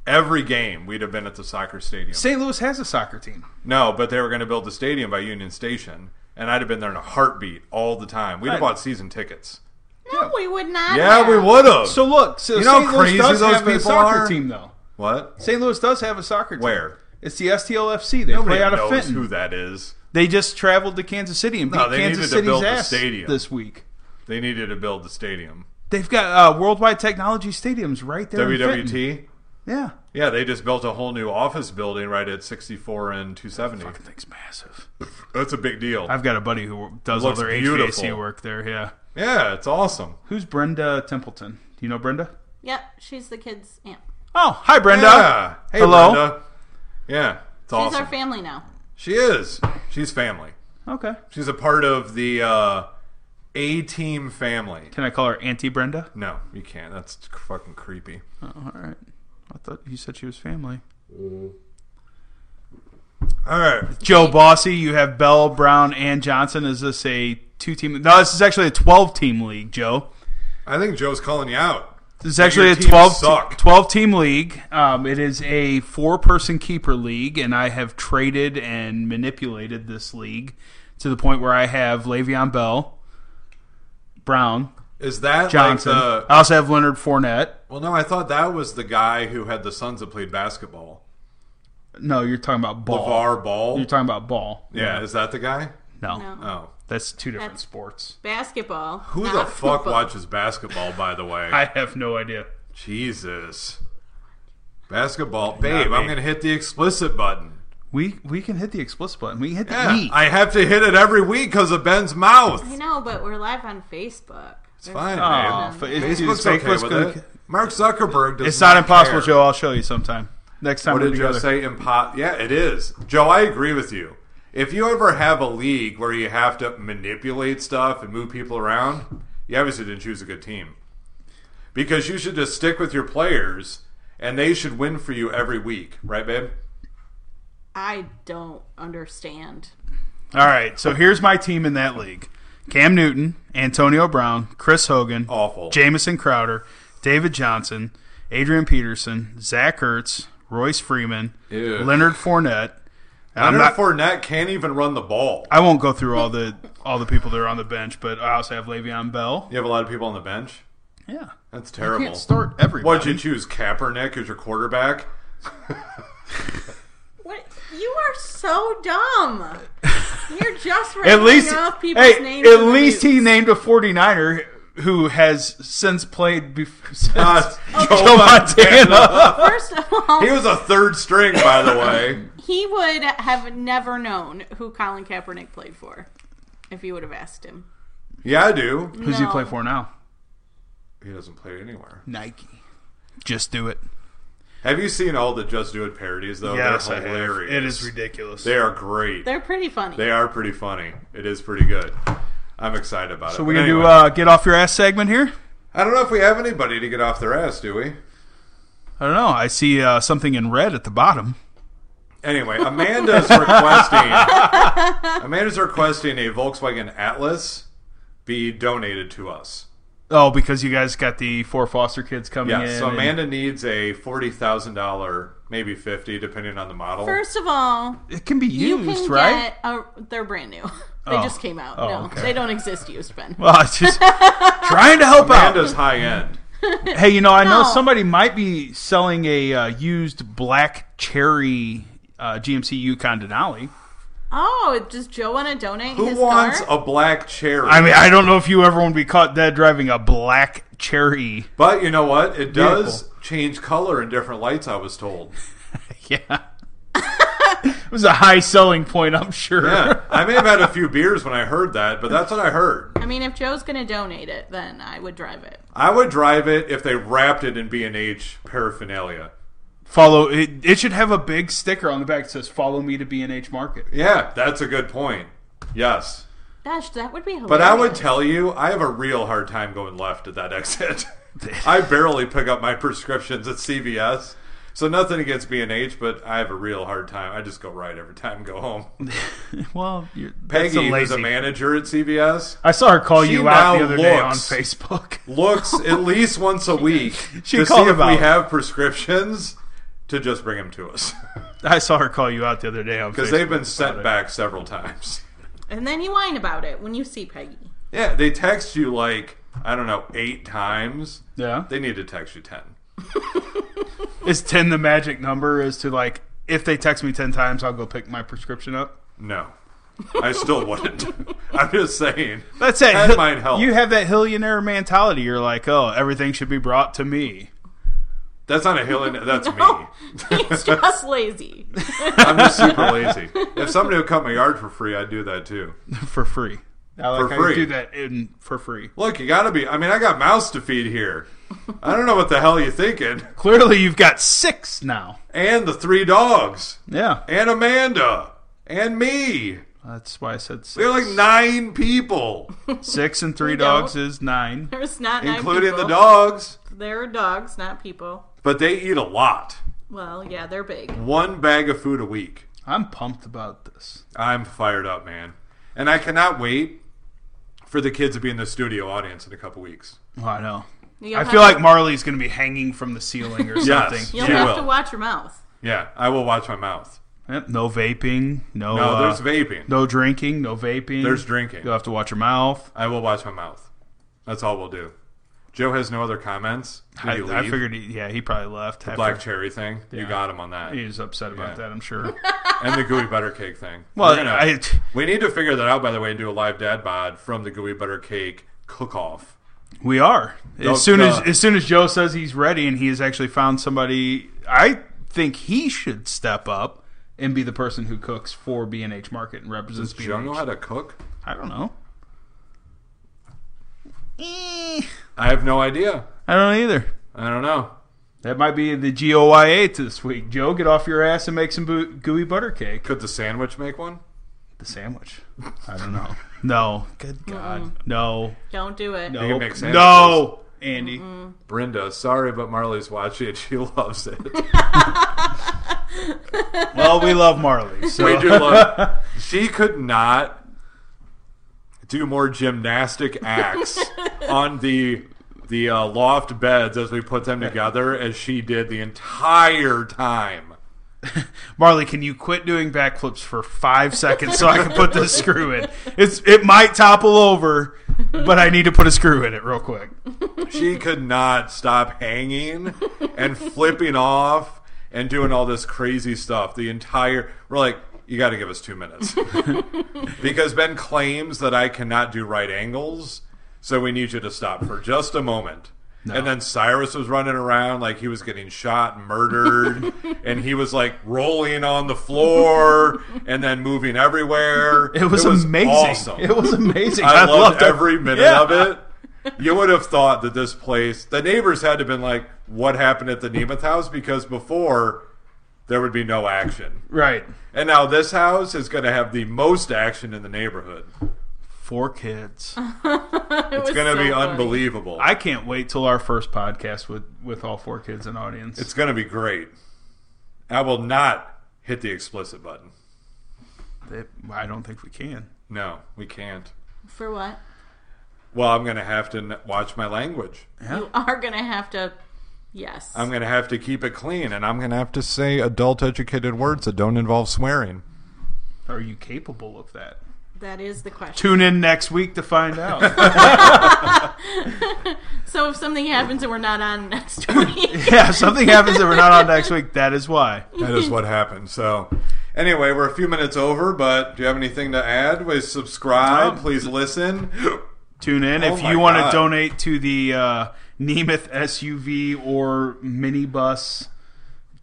Speaker 2: every game. We'd have been at the soccer stadium.
Speaker 1: St. Louis has a soccer team.
Speaker 2: No, but they were going to build the stadium by Union Station, and I'd have been there in a heartbeat all the time. We'd have
Speaker 1: I-
Speaker 2: bought season tickets.
Speaker 3: No, we would not.
Speaker 2: Yeah,
Speaker 3: have.
Speaker 2: we would have.
Speaker 1: So look, so
Speaker 2: You know
Speaker 1: St.
Speaker 2: how
Speaker 1: Louis
Speaker 2: crazy
Speaker 1: does
Speaker 2: those
Speaker 1: have a
Speaker 2: people
Speaker 1: soccer
Speaker 2: are?
Speaker 1: team, though.
Speaker 2: what?
Speaker 1: St. Louis does have a soccer team.
Speaker 2: Where?
Speaker 1: It's the STLFC. They
Speaker 2: Nobody
Speaker 1: play out
Speaker 2: knows
Speaker 1: of Fenton.
Speaker 2: who that is.
Speaker 1: They just traveled to Kansas City and beat
Speaker 2: No, they needed
Speaker 1: Kansas
Speaker 2: to
Speaker 1: City's
Speaker 2: build the
Speaker 1: ass
Speaker 2: stadium.
Speaker 1: this week.
Speaker 2: They needed to build the stadium.
Speaker 1: They've got uh, worldwide technology stadiums right there. in
Speaker 2: WWT.
Speaker 1: Fenton. yeah,
Speaker 2: Yeah, they just built a whole new office building right at 64 and 270.
Speaker 1: fucking thing's massive.
Speaker 2: That's a big deal.
Speaker 1: I've got a buddy who does all
Speaker 2: Looks
Speaker 1: their HVAC
Speaker 2: beautiful.
Speaker 1: work there. Yeah,
Speaker 2: Yeah, it's awesome.
Speaker 1: who's Brenda Templeton? Do you know Brenda?
Speaker 3: Yep, she's the kid's aunt.
Speaker 1: Oh, hi Brenda.
Speaker 2: Yeah. Hey,
Speaker 1: Hello?
Speaker 2: Brenda. Yeah, it's
Speaker 3: She's
Speaker 2: awesome.
Speaker 3: our family now.
Speaker 2: she is. She's family.
Speaker 1: Okay.
Speaker 2: She's a part of the uh, A team family.
Speaker 1: Can I call her Auntie Brenda?
Speaker 2: No, you can't. That's fucking creepy.
Speaker 1: Oh, all right. I thought you said she was family.
Speaker 2: All right.
Speaker 1: Joe Bossy, you have Bell, Brown, and Johnson. Is this a two team? No, this is actually a 12 team league, Joe.
Speaker 2: I think Joe's calling you out.
Speaker 1: This is actually
Speaker 2: your
Speaker 1: a
Speaker 2: teams
Speaker 1: 12,
Speaker 2: suck.
Speaker 1: 12 team league. Um, it is a four person keeper league, and I have traded and manipulated this league to the point where I have Le'Veon Bell, Brown,
Speaker 2: Is that
Speaker 1: Johnson.
Speaker 2: like the
Speaker 1: I also have Leonard Fournette.
Speaker 2: Well, no, I thought that was the guy who had the sons that played basketball.
Speaker 1: No, you're talking about ball.
Speaker 2: LeVar Ball.
Speaker 1: You're talking about ball.
Speaker 2: yeah, is that the guy?
Speaker 1: No,
Speaker 3: No.
Speaker 2: Oh.
Speaker 1: that's two different
Speaker 3: That's-
Speaker 1: sports.
Speaker 3: Basketball.
Speaker 2: Who the
Speaker 3: not
Speaker 2: fuck
Speaker 3: football.
Speaker 2: watches basketball, by the way?
Speaker 1: I have no idea.
Speaker 2: Jesus. Basketball. Babe,
Speaker 1: me.
Speaker 2: I'm going to hit the explicit button.
Speaker 1: We we can hit the explicit button. We can hit the
Speaker 2: Yeah,
Speaker 1: E.
Speaker 2: I have to hit it every week because of Ben's mouth.
Speaker 3: I know, but we're live on Facebook.
Speaker 2: It's fine,
Speaker 1: Aw,
Speaker 2: babe.
Speaker 1: fa- it's-
Speaker 2: Facebook's
Speaker 1: it's-
Speaker 2: okay
Speaker 1: Facebook's
Speaker 2: with
Speaker 1: gonna-
Speaker 2: it. Mark Zuckerberg does
Speaker 1: It's not impossible,
Speaker 2: care.
Speaker 1: Joe. I'll show you sometime. Next time
Speaker 2: What
Speaker 1: we're
Speaker 2: did Joe
Speaker 1: together.
Speaker 2: say? Impo- yeah, it is. Joe, I agree with you. If you ever have a league where you have to manipulate stuff and move people around, you obviously didn't choose a good team. Because you should just stick with your players and they should win for you every week, right, babe?
Speaker 3: I don't understand.
Speaker 1: All right, so here's my team in that league: Cam Newton, Antonio Brown, Chris Hogan,
Speaker 2: Awful.
Speaker 1: Jamison Crowder, David Johnson, Adrian Peterson, Zach Ertz, Royce Freeman,
Speaker 2: Ew.
Speaker 1: Leonard Fournette. And I'm
Speaker 2: Leonard
Speaker 1: not.
Speaker 2: Fournette can't even run the ball.
Speaker 1: I won't go through all the all the people that are on the bench, but I also have Le'Veon Bell.
Speaker 2: You have a lot of people on the bench.
Speaker 1: Yeah,
Speaker 2: That's
Speaker 1: I
Speaker 2: terrible.
Speaker 1: can't start everybody.
Speaker 2: What'd you choose? Kaepernick as your quarterback?
Speaker 3: What? You are so dumb.
Speaker 2: <laughs>
Speaker 3: You're just
Speaker 1: at
Speaker 3: rattling
Speaker 1: least,
Speaker 3: off people's
Speaker 1: hey,
Speaker 3: names.
Speaker 1: at
Speaker 3: in the
Speaker 1: least
Speaker 3: news.
Speaker 1: he named a 49er who has since played before. <laughs> Since
Speaker 2: Uh,
Speaker 3: Oh,
Speaker 1: Joe Montana.
Speaker 3: First of all,
Speaker 2: He was a third string, by the way. <laughs>
Speaker 3: he would have never known who Colin Kaepernick played for if you would have asked him.
Speaker 2: Yeah, I do.
Speaker 1: Who's he
Speaker 3: No.
Speaker 1: play for now?
Speaker 2: He doesn't play anywhere.
Speaker 1: Nike. Just do it.
Speaker 2: Have you seen all the Just Do It parodies though? They're hilarious.
Speaker 1: It is ridiculous.
Speaker 2: They are great.
Speaker 3: They're pretty funny.
Speaker 2: They are pretty funny. It is pretty good. I'm excited about it.
Speaker 1: so
Speaker 2: But
Speaker 1: we gonna do
Speaker 2: anyway,
Speaker 1: uh, get off your ass segment here?
Speaker 2: I don't know if we have anybody to get off their ass, do we?
Speaker 1: I don't know. I see uh, something in red at the bottom.
Speaker 2: Anyway, Amanda's requesting.
Speaker 3: <laughs>
Speaker 2: Amanda's requesting a Volkswagen Atlas be donated to us.
Speaker 1: Oh, because you guys got the four foster kids coming
Speaker 2: Yeah.
Speaker 1: in.
Speaker 2: so
Speaker 1: and-
Speaker 2: Amanda needs a forty thousand dollar, maybe fifty, depending on the model.
Speaker 3: First of all,
Speaker 1: it can be
Speaker 3: you
Speaker 1: used,
Speaker 3: can
Speaker 1: right?
Speaker 3: get a, they're brand new. <laughs> They
Speaker 1: Oh.
Speaker 3: just came out.
Speaker 1: Oh,
Speaker 3: no,
Speaker 1: okay.
Speaker 3: they don't exist used, Ben.
Speaker 1: Well, <laughs> it's just trying to help out.
Speaker 2: Amanda's high
Speaker 3: <laughs>
Speaker 2: end.
Speaker 1: Hey, you know, I know
Speaker 3: No.
Speaker 1: somebody might be selling a uh, used black cherry uh, GMC Yukon Denali.
Speaker 3: oh, does Joe want to donate
Speaker 2: Who
Speaker 3: his
Speaker 2: wants
Speaker 3: car?
Speaker 2: a black cherry?
Speaker 1: I mean, I don't know if you ever want to be caught dead driving a black cherry.
Speaker 2: But you know what? It does
Speaker 1: Beautiful.
Speaker 2: change color in different lights, I was told.
Speaker 1: <laughs> Yeah. it was a high selling point, I'm sure.
Speaker 2: Yeah. I may have had a few beers when I heard that, but that's what I heard.
Speaker 3: I mean, if Joe's going to donate it, then I would drive it.
Speaker 2: I would drive it if they wrapped it in B&H paraphernalia.
Speaker 1: Follow it, it should have a big sticker on the back that says follow me to B&H Market.
Speaker 2: Yeah, that's a good point. Yes.
Speaker 3: Gosh, that would be hilarious.
Speaker 2: But I would tell you, I have a real hard time going left at that <laughs> exit. I barely pick up my prescriptions at CVS. So nothing against B&H, but I have a real hard time. I just go right every time and go home.
Speaker 1: Well, you're, that's
Speaker 2: Peggy,
Speaker 1: a
Speaker 2: who's a
Speaker 1: lazy.
Speaker 2: manager at CVS,
Speaker 1: I saw her call
Speaker 2: She
Speaker 1: you out the
Speaker 2: now
Speaker 1: other day on
Speaker 2: looks-
Speaker 1: <laughs> Facebook.
Speaker 2: looks at least once a week
Speaker 1: <laughs> She
Speaker 2: to see
Speaker 1: called
Speaker 2: if
Speaker 1: about
Speaker 2: we
Speaker 1: it.
Speaker 2: have prescriptions to just bring them to
Speaker 1: <laughs>
Speaker 2: us <laughs>
Speaker 1: I saw her call you out the other day on
Speaker 2: because
Speaker 1: Facebook.
Speaker 2: they've been sent back several times.
Speaker 3: And then you whine about it when you see Peggy.
Speaker 2: Yeah, they text you like I don't know eight times.
Speaker 1: yeah.
Speaker 2: They need to text you ten.
Speaker 1: Is 10 the magic number as to like if they text me 10 times I'll go pick my prescription up?
Speaker 2: No, I still wouldn't. <laughs> I'm just saying.
Speaker 1: That's it.
Speaker 2: That might help.
Speaker 1: You have that millionaire mentality. You're like, "Oh, everything should be brought to me." <laughs>
Speaker 2: That's not a hill. and- That's me.
Speaker 3: No, <laughs> he's just lazy. <laughs>
Speaker 2: I'm just super lazy. If somebody would cut my yard for free, I'd do that too.
Speaker 1: for free. I like
Speaker 2: For
Speaker 1: how you
Speaker 2: free.
Speaker 1: do that in for free.
Speaker 2: Look, you gotta be. I mean, I got mouths to feed here. I don't know what the hell you're thinking.
Speaker 1: Clearly, you've got six now.
Speaker 2: And the three dogs.
Speaker 1: Yeah.
Speaker 2: and Amanda and me
Speaker 1: That's why I said six.
Speaker 2: They're like nine people,
Speaker 1: six and three
Speaker 3: We don't.
Speaker 1: dogs is nine.
Speaker 3: There's not <laughs> nine
Speaker 2: including the
Speaker 3: people.
Speaker 2: dogs,
Speaker 3: They're dogs, not people.
Speaker 2: but they eat a lot.
Speaker 3: Well, yeah, they're big.
Speaker 2: One bag of food a week.
Speaker 1: I'm pumped about this.
Speaker 2: I'm fired up, man. And I cannot wait for the kids to be in the studio audience in a couple weeks.
Speaker 1: Oh, I know.
Speaker 3: You'll
Speaker 1: I
Speaker 3: have
Speaker 1: feel
Speaker 3: to-
Speaker 1: like Marley's going to be hanging from the
Speaker 2: <laughs>
Speaker 1: ceiling or something.
Speaker 3: you'll
Speaker 2: she
Speaker 3: have
Speaker 2: will.
Speaker 3: to watch your mouth.
Speaker 2: Yeah, I will watch my mouth.
Speaker 1: Yep, no vaping. No.
Speaker 2: No,
Speaker 1: uh,
Speaker 2: there's vaping.
Speaker 1: No drinking. No vaping.
Speaker 2: There's drinking.
Speaker 1: You'll have to watch your mouth.
Speaker 2: I will watch my mouth. That's all we'll do. Joe has no other comments. Did
Speaker 1: I,
Speaker 2: he
Speaker 1: I
Speaker 2: leave?
Speaker 1: figured. He, yeah, he probably left. after-
Speaker 2: Black cherry thing. You got him on that.
Speaker 1: He's upset about
Speaker 2: Yeah.
Speaker 1: that.
Speaker 2: <laughs>
Speaker 1: I'm sure.
Speaker 2: And the gooey butter cake thing.
Speaker 1: Well,
Speaker 2: We're gonna-
Speaker 1: I,
Speaker 2: we need to figure that out, by the way, and do a live dad bod from the gooey butter cake cook off.
Speaker 1: we are as
Speaker 2: Don't,
Speaker 1: soon as
Speaker 2: uh,
Speaker 1: as soon as Joe says he's ready and he has actually found somebody. I think he should step up and be the person who cooks for B and H Market and represents B
Speaker 2: Do you
Speaker 1: and
Speaker 2: know how
Speaker 1: H.
Speaker 2: to cook?
Speaker 1: I don't know. Eh,
Speaker 2: I have no idea.
Speaker 1: I don't either.
Speaker 2: I don't know.
Speaker 1: That might be the GOYA to this week. Joe, get off your ass and make some boo- gooey butter cake.
Speaker 2: Could the sandwich make one?
Speaker 1: The sandwich. I don't know. No. Good God. No.
Speaker 3: Don't do it.
Speaker 1: No.
Speaker 2: can make sandwiches.
Speaker 1: no. Andy.
Speaker 2: Brenda, sorry, but Marley's watching <laughs> it. She loves it.
Speaker 1: Well, we love Marley. So.
Speaker 2: We do love. <laughs> She could not do more gymnastic <laughs> acts on the the uh, loft beds as we put them together as she did the entire time.
Speaker 1: Marley, can you quit doing backflips for five seconds so I can put this screw in? It's it might topple over, but I need to put a screw in it real quick.
Speaker 2: She could not stop hanging and flipping off and doing all this crazy stuff. The entire we're like, you got to give us two
Speaker 1: <laughs>
Speaker 2: minutes because Ben claims that I cannot do right angles, so we need you to stop for just a moment. And then Cyrus was running around like he was getting shot, and
Speaker 1: <laughs>
Speaker 2: murdered, and he was like rolling on the floor and then moving everywhere.
Speaker 1: It was, amazing.
Speaker 2: awesome.
Speaker 1: It was amazing.
Speaker 2: I, loved, every minute
Speaker 1: Yeah.
Speaker 2: of it. You would have thought that this place, the neighbors had to have been like, what happened at the Nemeth house? Because before, there would be no action.
Speaker 1: Right.
Speaker 2: And now this house is going to have the most action in the neighborhood.
Speaker 1: Four kids.
Speaker 2: It's going to be unbelievable.
Speaker 1: <laughs> I can't wait till our first podcast with with all four kids in audience.
Speaker 2: it's going to be great. I will not hit the explicit button.
Speaker 1: It- I don't think we can.
Speaker 2: No, we can't.
Speaker 3: For what?
Speaker 2: Well, I'm going to have to n- watch my language.
Speaker 3: You are gonna have to. Yes.
Speaker 2: I'm going to have to keep it clean, and I'm going to have to say adult educated words that don't involve swearing.
Speaker 1: Are you capable of that?
Speaker 3: That is the question.
Speaker 1: Tune in next week to find out. <laughs>
Speaker 3: So if something happens and we're not on <laughs> next week,
Speaker 1: yeah, if something happens that we're not on next week. That is why.
Speaker 2: that is what happened. So, anyway, we're a few minutes over, but do you have anything to add? Please subscribe.
Speaker 1: Um,
Speaker 2: Please listen.
Speaker 1: Tune in
Speaker 2: Oh
Speaker 1: if
Speaker 2: my
Speaker 1: you want
Speaker 2: God.
Speaker 1: to donate to the uh, Nemeth SUV or minibus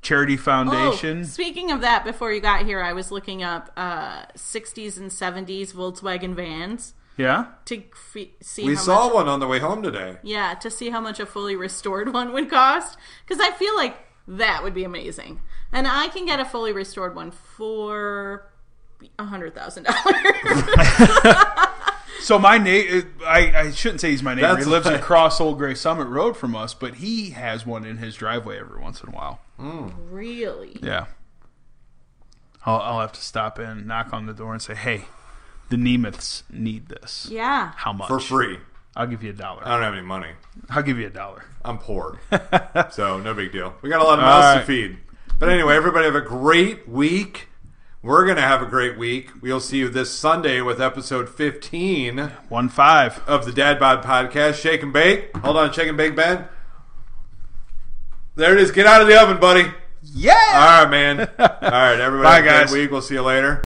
Speaker 1: charity
Speaker 3: Oh,
Speaker 1: foundation.
Speaker 3: speaking of that, before you got here, I was looking up uh, '60s and '70s Volkswagen vans
Speaker 1: Yeah,
Speaker 3: to f- see.
Speaker 2: We
Speaker 3: how
Speaker 2: saw
Speaker 3: much,
Speaker 2: one on the way home today.
Speaker 3: Yeah, to see how much a fully restored <laughs> one would cost, because I feel like that would be amazing, and I can get a fully restored one for a hundred thousand dollars. <laughs>
Speaker 1: So my neighbor, I, I shouldn't say he's my neighbor.
Speaker 2: That's
Speaker 1: he lives
Speaker 2: right.
Speaker 1: across Old Gray Summit Road from us, but he has one in his driveway every once in a while.
Speaker 3: really?
Speaker 1: Yeah. I'll, I'll have to stop in, knock on the door, and say, "Hey, the Nemeths need this.
Speaker 3: Yeah.
Speaker 1: How much?
Speaker 2: For free.
Speaker 1: I'll give you a dollar.
Speaker 2: I don't have any money.
Speaker 1: I'll give you a dollar.
Speaker 2: I'm
Speaker 1: <laughs>
Speaker 2: poor. so, no big deal. We got a lot of mouths
Speaker 1: All
Speaker 2: to
Speaker 1: right.
Speaker 2: feed. But anyway, everybody have a great week. We're going to have a great week. We'll see you this Sunday with episode 15
Speaker 1: One five.
Speaker 2: of the Dad Bod podcast. Shake and bake. Hold on, shake and bake, Ben. There it is. Get out of the oven, buddy.
Speaker 1: Yeah.
Speaker 2: <laughs> All right, man. All right, everybody.
Speaker 1: Bye,
Speaker 2: have a great
Speaker 1: guys.
Speaker 2: Week. We'll see you later.